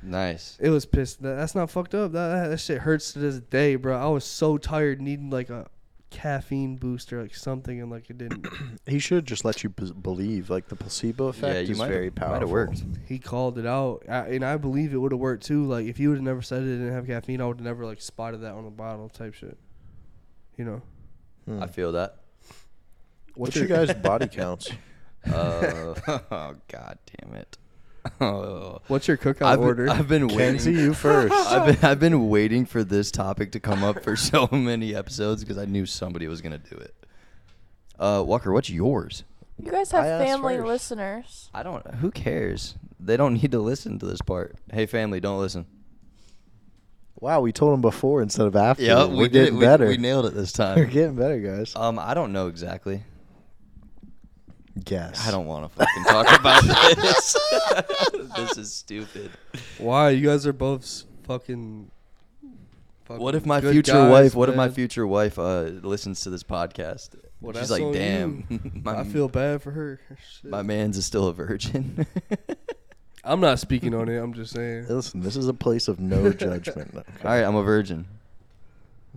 S1: Nice.
S2: It was pissed. That, that's not fucked up. That, that shit hurts to this day, bro. I was so tired, needing like a caffeine booster, like something, and like it didn't.
S3: He should just let you b- believe. Like the placebo effect
S1: yeah, you
S3: is
S1: might
S3: very powerful.
S1: Might have worked.
S2: he called it out, I, and I believe it would have worked too. Like if you would have never said it didn't have caffeine, I would have never like spotted that on the bottle type shit. You know.
S3: Hmm.
S1: I feel that.
S3: What's your guys' body counts?
S1: Uh, oh god damn it. Oh.
S2: What's your cookout
S1: I've,
S2: order?
S1: I've been waiting.
S3: Kenzie, you first.
S1: I've been, I've been waiting for this topic to come up for so many episodes because I knew somebody was gonna do it. Uh, Walker, what's yours?
S4: You guys
S3: I
S4: have
S3: asked
S4: family
S3: first.
S4: listeners.
S1: I don't. Who cares? They don't need to listen to this part. Hey, family, don't listen.
S3: Wow, we told him before instead of after.
S1: Yeah,
S3: We're
S1: we did it.
S3: getting
S1: We-
S3: better.
S1: we nailed it this time.
S3: We're getting better, guys.
S1: Um, I don't know exactly.
S3: Guess.
S1: I don't want to fucking talk about this. this is stupid.
S2: Why you guys are both s- fucking. fucking
S1: What if my
S2: good
S1: future
S2: guys,
S1: wife? What if my
S2: man.
S1: future wife uh, listens to this podcast?
S2: Well,
S1: She's
S2: that's
S1: like,
S2: on you.
S1: "Damn, my,
S2: I feel bad for her. Shit.
S1: my man's is still a virgin."
S2: I'm not speaking on it. I'm just saying.
S3: Hey, Listen, this is a place of no judgment. Okay?
S1: All right, I'm a virgin.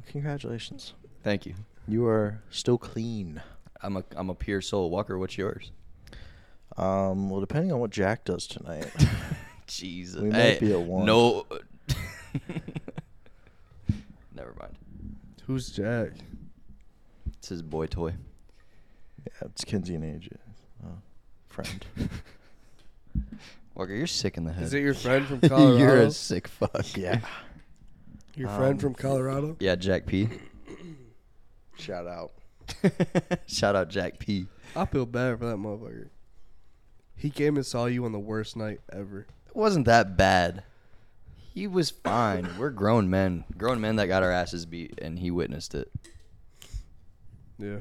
S3: Congratulations.
S1: Thank you.
S3: You are still clean.
S1: I'm a I'm a pure soul. Walker, what's yours?
S3: Um, well, depending on what Jack does tonight,
S1: Jesus.
S3: We might
S1: Hey,
S3: be at one.
S1: No. Never mind.
S2: Who's Jack?
S1: It's his boy toy.
S3: yeah, it's Kinsey and AJ, uh, friend.
S1: Walker, you're sick in the head.
S2: Is it your friend from Colorado?
S1: You're a sick fuck.
S3: yeah.
S2: Your friend
S3: Um,
S2: from Colorado?
S1: Yeah, Jack P.
S3: Shout out.
S1: Shout out Jack P.
S2: I feel bad for that motherfucker. He came and saw you on the worst night ever.
S1: It wasn't that bad. He was fine. We're grown men. Grown men that got our asses beat, and he witnessed it.
S2: Yeah.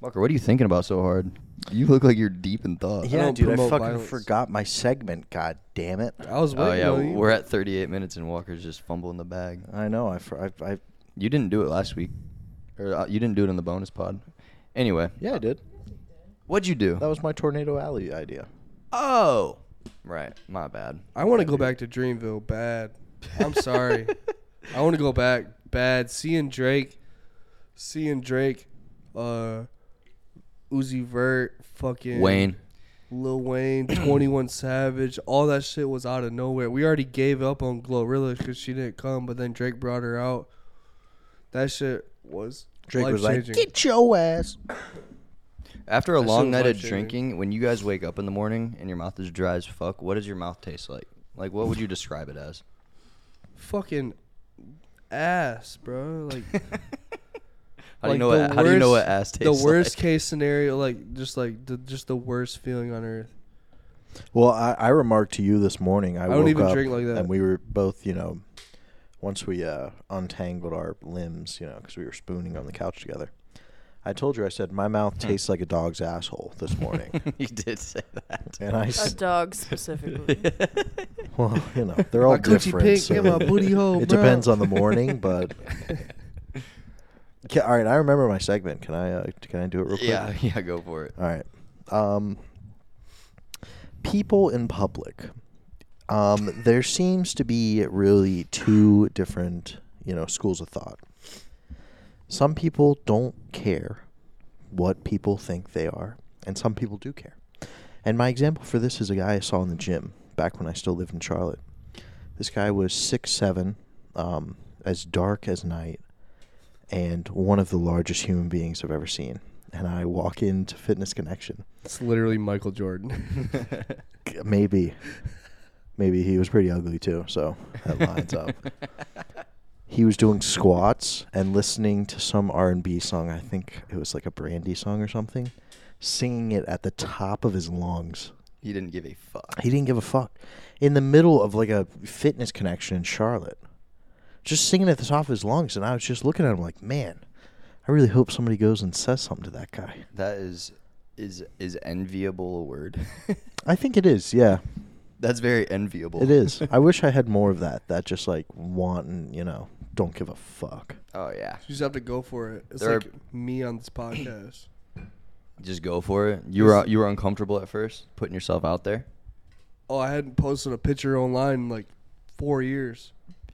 S1: Walker, what are you thinking about so hard? You look like you're deep in thought.
S2: I
S3: Yeah,
S2: don't
S3: dude, I
S2: promote
S3: fucking
S2: violence.
S3: forgot my segment. God damn it!
S2: I was waiting
S1: Oh yeah,
S2: on you.
S1: we're at 38 minutes, and Walker's just fumbling the bag.
S3: I know. I, fr- I, I
S1: You didn't do it last week, or uh, you didn't do it in the bonus pod. Anyway,
S3: yeah, I did.
S1: what'd you do?
S3: That
S2: Oh.
S3: was my tornado alley idea.
S1: oh, right, my bad.
S2: I want to go back to Dreamville bad. I'm sorry. I want to go back bad. Seeing Drake, seeing Drake, uh, Uzi Vert, fucking
S1: Wayne.
S2: Lil Wayne, 21 Savage, all that shit was out of nowhere. We already gave up on Glorilla because she didn't come, but then Drake brought her out. That shit was
S3: Drake was like,
S2: life-changing.
S3: "Get your ass."
S1: After a
S2: That shit
S1: long
S2: was
S1: night of
S2: life-changing.
S1: drinking, when you guys wake up in the morning and your mouth is dry as fuck, what does your mouth taste like? Like, what would you describe it as?
S2: fucking ass, bro. Like
S1: How do you
S2: Like
S1: know?
S2: the
S1: What, how do you know what ass
S2: worst-
S1: tastes
S2: the worst
S1: like?
S2: case scenario, like just like the just the worst feeling on earth.
S3: Well, I, I remarked to you this morning. I,
S2: I don't
S3: woke
S2: even
S3: up
S2: drink like that.
S3: And we were both, you know, once we uh, untangled our limbs, you know, because we were spooning on the couch together. I told you, I said my mouth tastes like a dog's asshole this morning,
S1: you did say that.
S3: and I,
S4: A
S3: s-
S4: dog specifically.
S3: well, you know, they're all
S2: My coochie
S3: different.
S2: pink
S3: so
S2: and my booty hole,
S3: It
S2: bro.
S3: depends on the morning, but Ca all right. I remember my segment. Can I? Uh, can I do it real quick?
S1: yeah, yeah, go for it.
S3: All right. Um, people in public. Um, there seems to be really two different, you know, schools of thought. Some people don't care what people think they are, and some people do care. And my example for this is a guy I saw in the gym back when I still lived in Charlotte. This guy was six seven, um, as dark as night, and one of the largest human beings I've ever seen. And I walk into Fitness Connection.
S2: It's literally Michael Jordan.
S3: Maybe, maybe he was pretty ugly too, so that lines up. he was doing squats and listening to some R&B song. I think it was like a Brandy song or something, singing it at the top of his lungs.
S1: He didn't give a fuck.
S3: He didn't give a fuck. In the middle of like a fitness connection in Charlotte, just singing at the top of his lungs, and I was just looking at him like, man, I really hope somebody goes and says something to that guy.
S1: That is is is enviable a word.
S3: I think it is, yeah,
S1: That's very enviable.
S3: it is. I wish I had more of that. That just like wanting, you know, don't give a fuck.
S1: Oh yeah.
S2: you just have to go for it. It's
S1: There are-
S2: like me on this podcast.
S1: Just go for it. You were you were uncomfortable at first, putting yourself out there.
S2: Oh, I hadn't posted a picture online in like four years,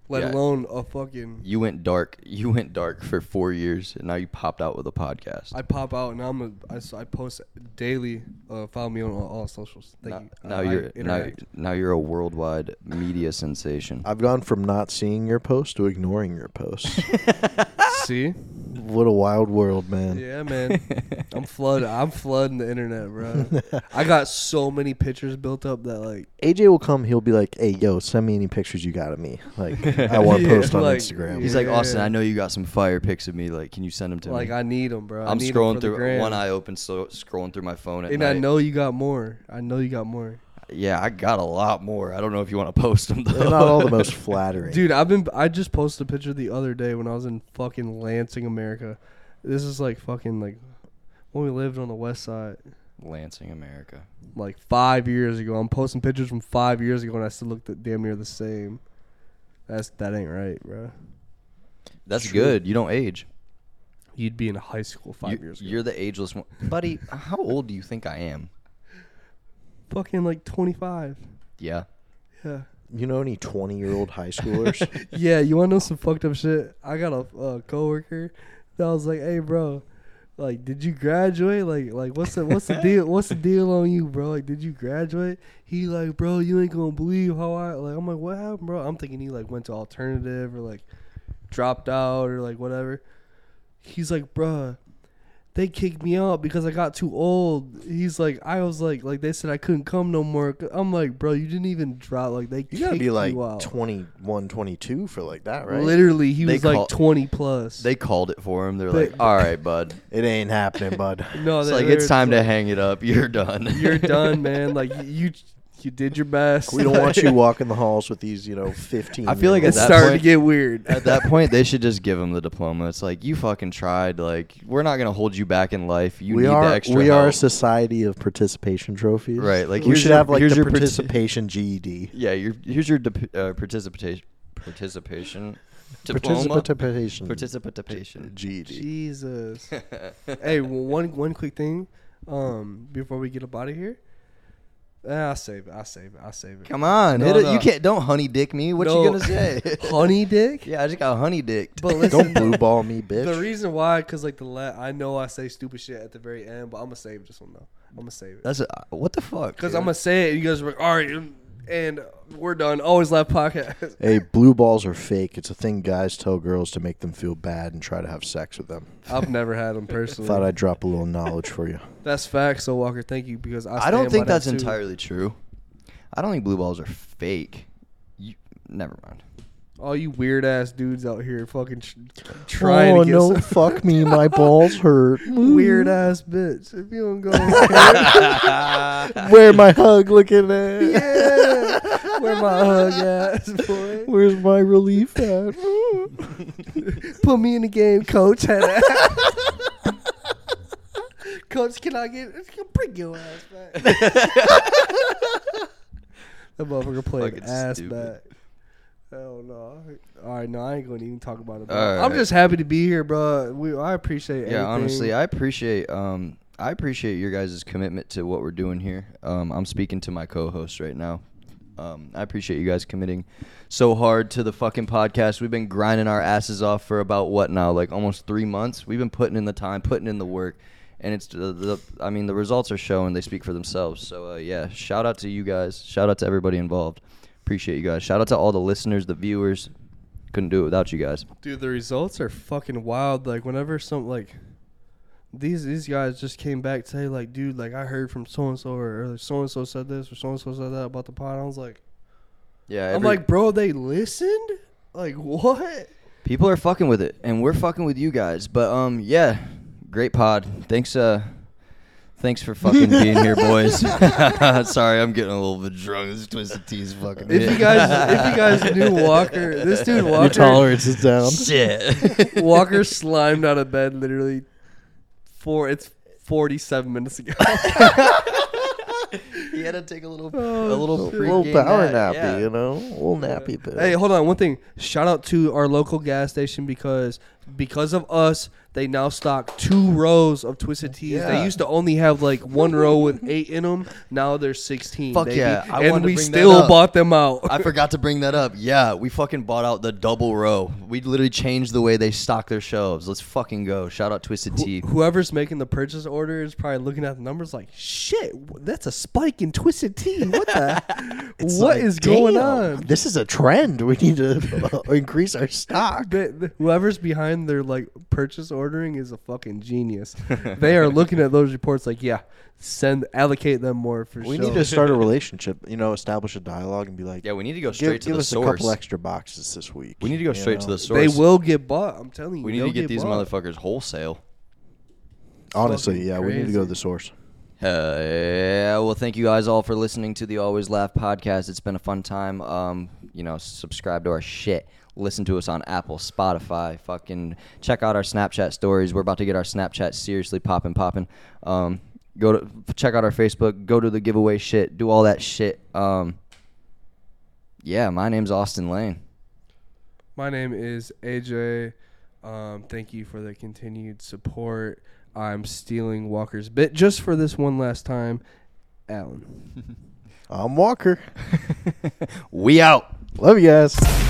S2: let
S1: Yeah.
S2: alone a fucking.
S1: You went dark. You went dark for four years, and now you popped out with a podcast.
S2: I pop out now. I'm a. I, s- I post daily. Uh, follow me on all, all socials. Thank
S1: now, now
S2: you. I- uh, I
S1: you're now,
S2: interact.
S1: now you're a worldwide media sensation.
S3: I've gone from not seeing your post to ignoring your post.
S2: See?
S3: what a wild world, man.
S2: Yeah, man. I'm flooding. I'm flooding the internet, bro. I got so many pictures built up that like
S3: AJ will come. He'll be like, "Hey, yo, send me any pictures you got of me. Like, I want to
S2: Yeah,
S3: post on
S2: like-
S3: Instagram."
S1: He's like Austin.
S2: Yeah.
S1: I know you got some fire pics of me. Like, can you send them to
S2: like
S1: me?
S2: I need them, bro. I
S1: am
S2: need 'em for
S1: scrolling
S2: the
S1: through
S2: gram.
S1: one eye open, so scrolling through my phone at
S2: And I
S1: night.
S2: know you got more. I know you got more,
S1: Yeah, I got a lot more. I don't know if you want to post them though.
S3: They're not all the most flattering,
S2: dude. I've been. I just posted a picture the other day when I was in fucking Lansing, America. This is like fucking like when we lived on the west side,
S1: Lansing, America.
S2: like five years ago. I'm posting pictures from five years ago, and I still look th- damn near the same. That's that ain't right, bro.
S1: That's
S3: True.
S1: good. You don't age.
S2: You'd be in high school five
S1: you,
S2: years ago.
S1: You're the ageless one, buddy. How old do you think I am?
S2: fucking like 25.
S1: Yeah.
S2: Yeah.
S3: You know any twenty-year-old high schoolers?
S2: yeah, you want to know some fucked up shit? I got a uh, coworker that was like, "Hey, bro, like, did you graduate? Like, like, what's the what's the deal? What's the deal on you, bro? Like, did you graduate?" He like, "Bro, you ain't gonna believe how I like." I'm like, "What happened, bro?" I'm thinking he like went to alternative or like dropped out or like whatever. He's like, "Bruh." They kicked me out because I got too old. He's like, I was like, like they said I couldn't come no more. I'm like, bro, you didn't even drop. Like they
S3: You gotta
S2: kicked
S3: be like
S2: you out.
S3: 21, 22 for like that, right?
S2: Literally, he
S1: They
S2: was
S1: call-
S2: like twenty plus.
S1: They called it for him. They're
S2: They-
S1: like, all right, bud.
S3: It ain't happening, bud.
S2: no,
S1: It's
S2: they-
S1: like
S2: they're
S1: it's time to
S2: just
S1: hang it up. You're done.
S2: like, You're done, man. Like you, you did your best.
S3: We don't want you walking the halls with these, you know, fifteen.
S1: I feel like
S2: It's
S1: at that
S2: starting
S1: point-
S2: to get weird.
S1: At that point, they should just give him the diploma. It's like you fucking tried. Like we're not gonna hold you back in life. You
S3: we
S1: need
S3: are
S1: the extra.
S3: we are a
S1: help.
S3: society of participation trophies.
S1: Right, like,
S3: we
S1: here's
S3: should
S1: your-
S3: have like
S1: here's
S3: the
S1: your partic-
S3: participation E GED.
S1: yeah. Your, here's your dip- uh, participation participation diploma
S3: Participation. E
S1: participation.
S3: GED.
S2: Jesus. hey, well, one one quick thing, um, before we get up out of here, Ah, I'll save it. I'll save it. I'll save it.
S1: Come on,
S2: No,
S1: hit it.
S2: no.
S1: You can't. Don't honey dick me. What
S2: No.
S1: you gonna say?
S2: honey dick.
S1: yeah, I just got honey dicked.
S2: But listen,
S3: Don't blue ball me, bitch.
S2: the reason why, cause like the la- I know I say stupid shit at the very end, but I'm gonna save this one though. I'm gonna save it.
S1: That's a, uh, what the fuck.
S2: Because
S1: dude?
S2: I'm gonna say it. You guys were like, all right, and- and we're done. Always live podcast.
S3: Hey, blue balls are fake. It's a thing guys tell girls to make them feel bad and try to have sex with them.
S2: I've never had them personally.
S3: Thought I'd drop a little knowledge for you.
S2: that's facts. So Walker, thank you because I.
S1: I don't
S2: stand
S1: think
S2: by
S1: that's
S2: that too.
S1: entirely true. I don't think blue balls are fake. You never mind.
S2: All you weird ass dudes out here, fucking tr- trying
S3: oh
S2: to get
S3: no,
S2: some
S3: fuck me, my balls hurt.
S2: weird ass bitch. If you don't go, okay.
S3: Where my hug? Looking at.
S2: yeah, where my hug ass boy?
S3: Where's my relief at?
S2: Put me in the game, coach. coach, can I get bring your ass back? that motherfucker played
S1: Fucking
S2: ass
S1: stupid.
S2: back. Hell no! All right, no, I ain't gonna even talk about it. bro.
S1: All
S2: I'm
S1: right.
S2: just happy to be here, bro. We, I appreciate.
S1: Yeah, honestly,
S2: everything.
S1: I appreciate um I appreciate your guys' commitment to what we're doing here. Um, I'm speaking to my co-host right now. Um, I appreciate you guys committing so hard to the fucking podcast. We've been grinding our asses off for about what now, like almost three months. We've been putting in the time, putting in the work, and it's the, the I mean the results are showing. They speak for themselves. So uh, yeah, shout out to you guys. Shout out to everybody involved. Appreciate you guys. Shout out to all the listeners, the viewers. Couldn't do it without you guys.
S2: Dude, the results are fucking wild. Like whenever some like these these guys just came back today, like, dude, like I heard from so and so or so and so said this or so and so said that about the pod. I was like,
S1: Yeah,
S2: I'm like, bro, they listened. Like what?
S1: people are fucking with it and we're fucking with you guys but um yeah great pod thanks uh thanks for fucking being here boys sorry i'm getting a little bit drunk this twisted tea is fucking
S2: If you guys if you guys knew Walker, this dude Walker,
S3: Your tolerance is down.
S1: shit
S2: Walker slimed out of bed literally four. It's forty seven minutes ago.
S1: he had to take a little a
S2: Oh,
S1: little,
S2: shit.
S1: pregame nap, yeah.
S3: know, little nappy bit.
S2: Hey, hold on. One thing. Shout out to our local gas station because because of us, they now stock two rows of twisted teas. They
S3: Yeah.
S2: used to only have like one row with eight in them. Now there's sixteen.
S1: Fuck
S2: baby.
S1: yeah, I
S2: and
S1: wanted to
S2: we
S1: bring that
S2: still
S1: up.
S2: bought them out.
S1: I forgot to bring that up. Yeah, we fucking bought out the double row. We literally changed the way they stock their shelves. Let's fucking go. Shout out Twisted Tea.
S2: Whoever's making the purchase order is probably looking at the numbers like, shit, w- that's a spike in twisted tea. What the? What is going on?
S3: This is a trend. We need to increase our stock.
S2: Th- th- Whoever's behind their like purchase ordering is a fucking genius. they are looking at those reports like, yeah, send allocate them more for
S3: We
S2: sure.
S3: need to start a relationship. You know, establish a dialogue and be like,
S1: Yeah, we need to go
S3: give,
S1: straight to
S3: give
S1: the
S3: us
S1: source.
S3: a couple extra boxes this week.
S1: we need to go
S3: you
S1: straight to
S3: know?
S1: the source.
S2: They will get bought. I'm telling you.
S1: We need to
S2: they'll
S1: get these
S2: bought.
S1: motherfuckers wholesale.
S3: Honestly,
S2: fucking
S3: yeah, we need to go to
S2: crazy.
S3: the source.
S1: Uh, yeah. Well, thank you guys all for listening to the Always Laugh podcast. It's been a fun time. Um, you know, subscribe to our shit. Listen to us on Apple, Spotify. Fucking check out our Snapchat stories. We're about to get our Snapchat seriously popping, popping. Um, go to check out our Facebook. Go to the giveaway shit. Do all that shit. Um, yeah. My name's Austin Lane.
S2: My name is AJ. Um, thank you for the continued support. I'm stealing Walker's bit just for this one last time. Alan.
S3: I'm Walker.
S1: We out.
S3: Love you guys.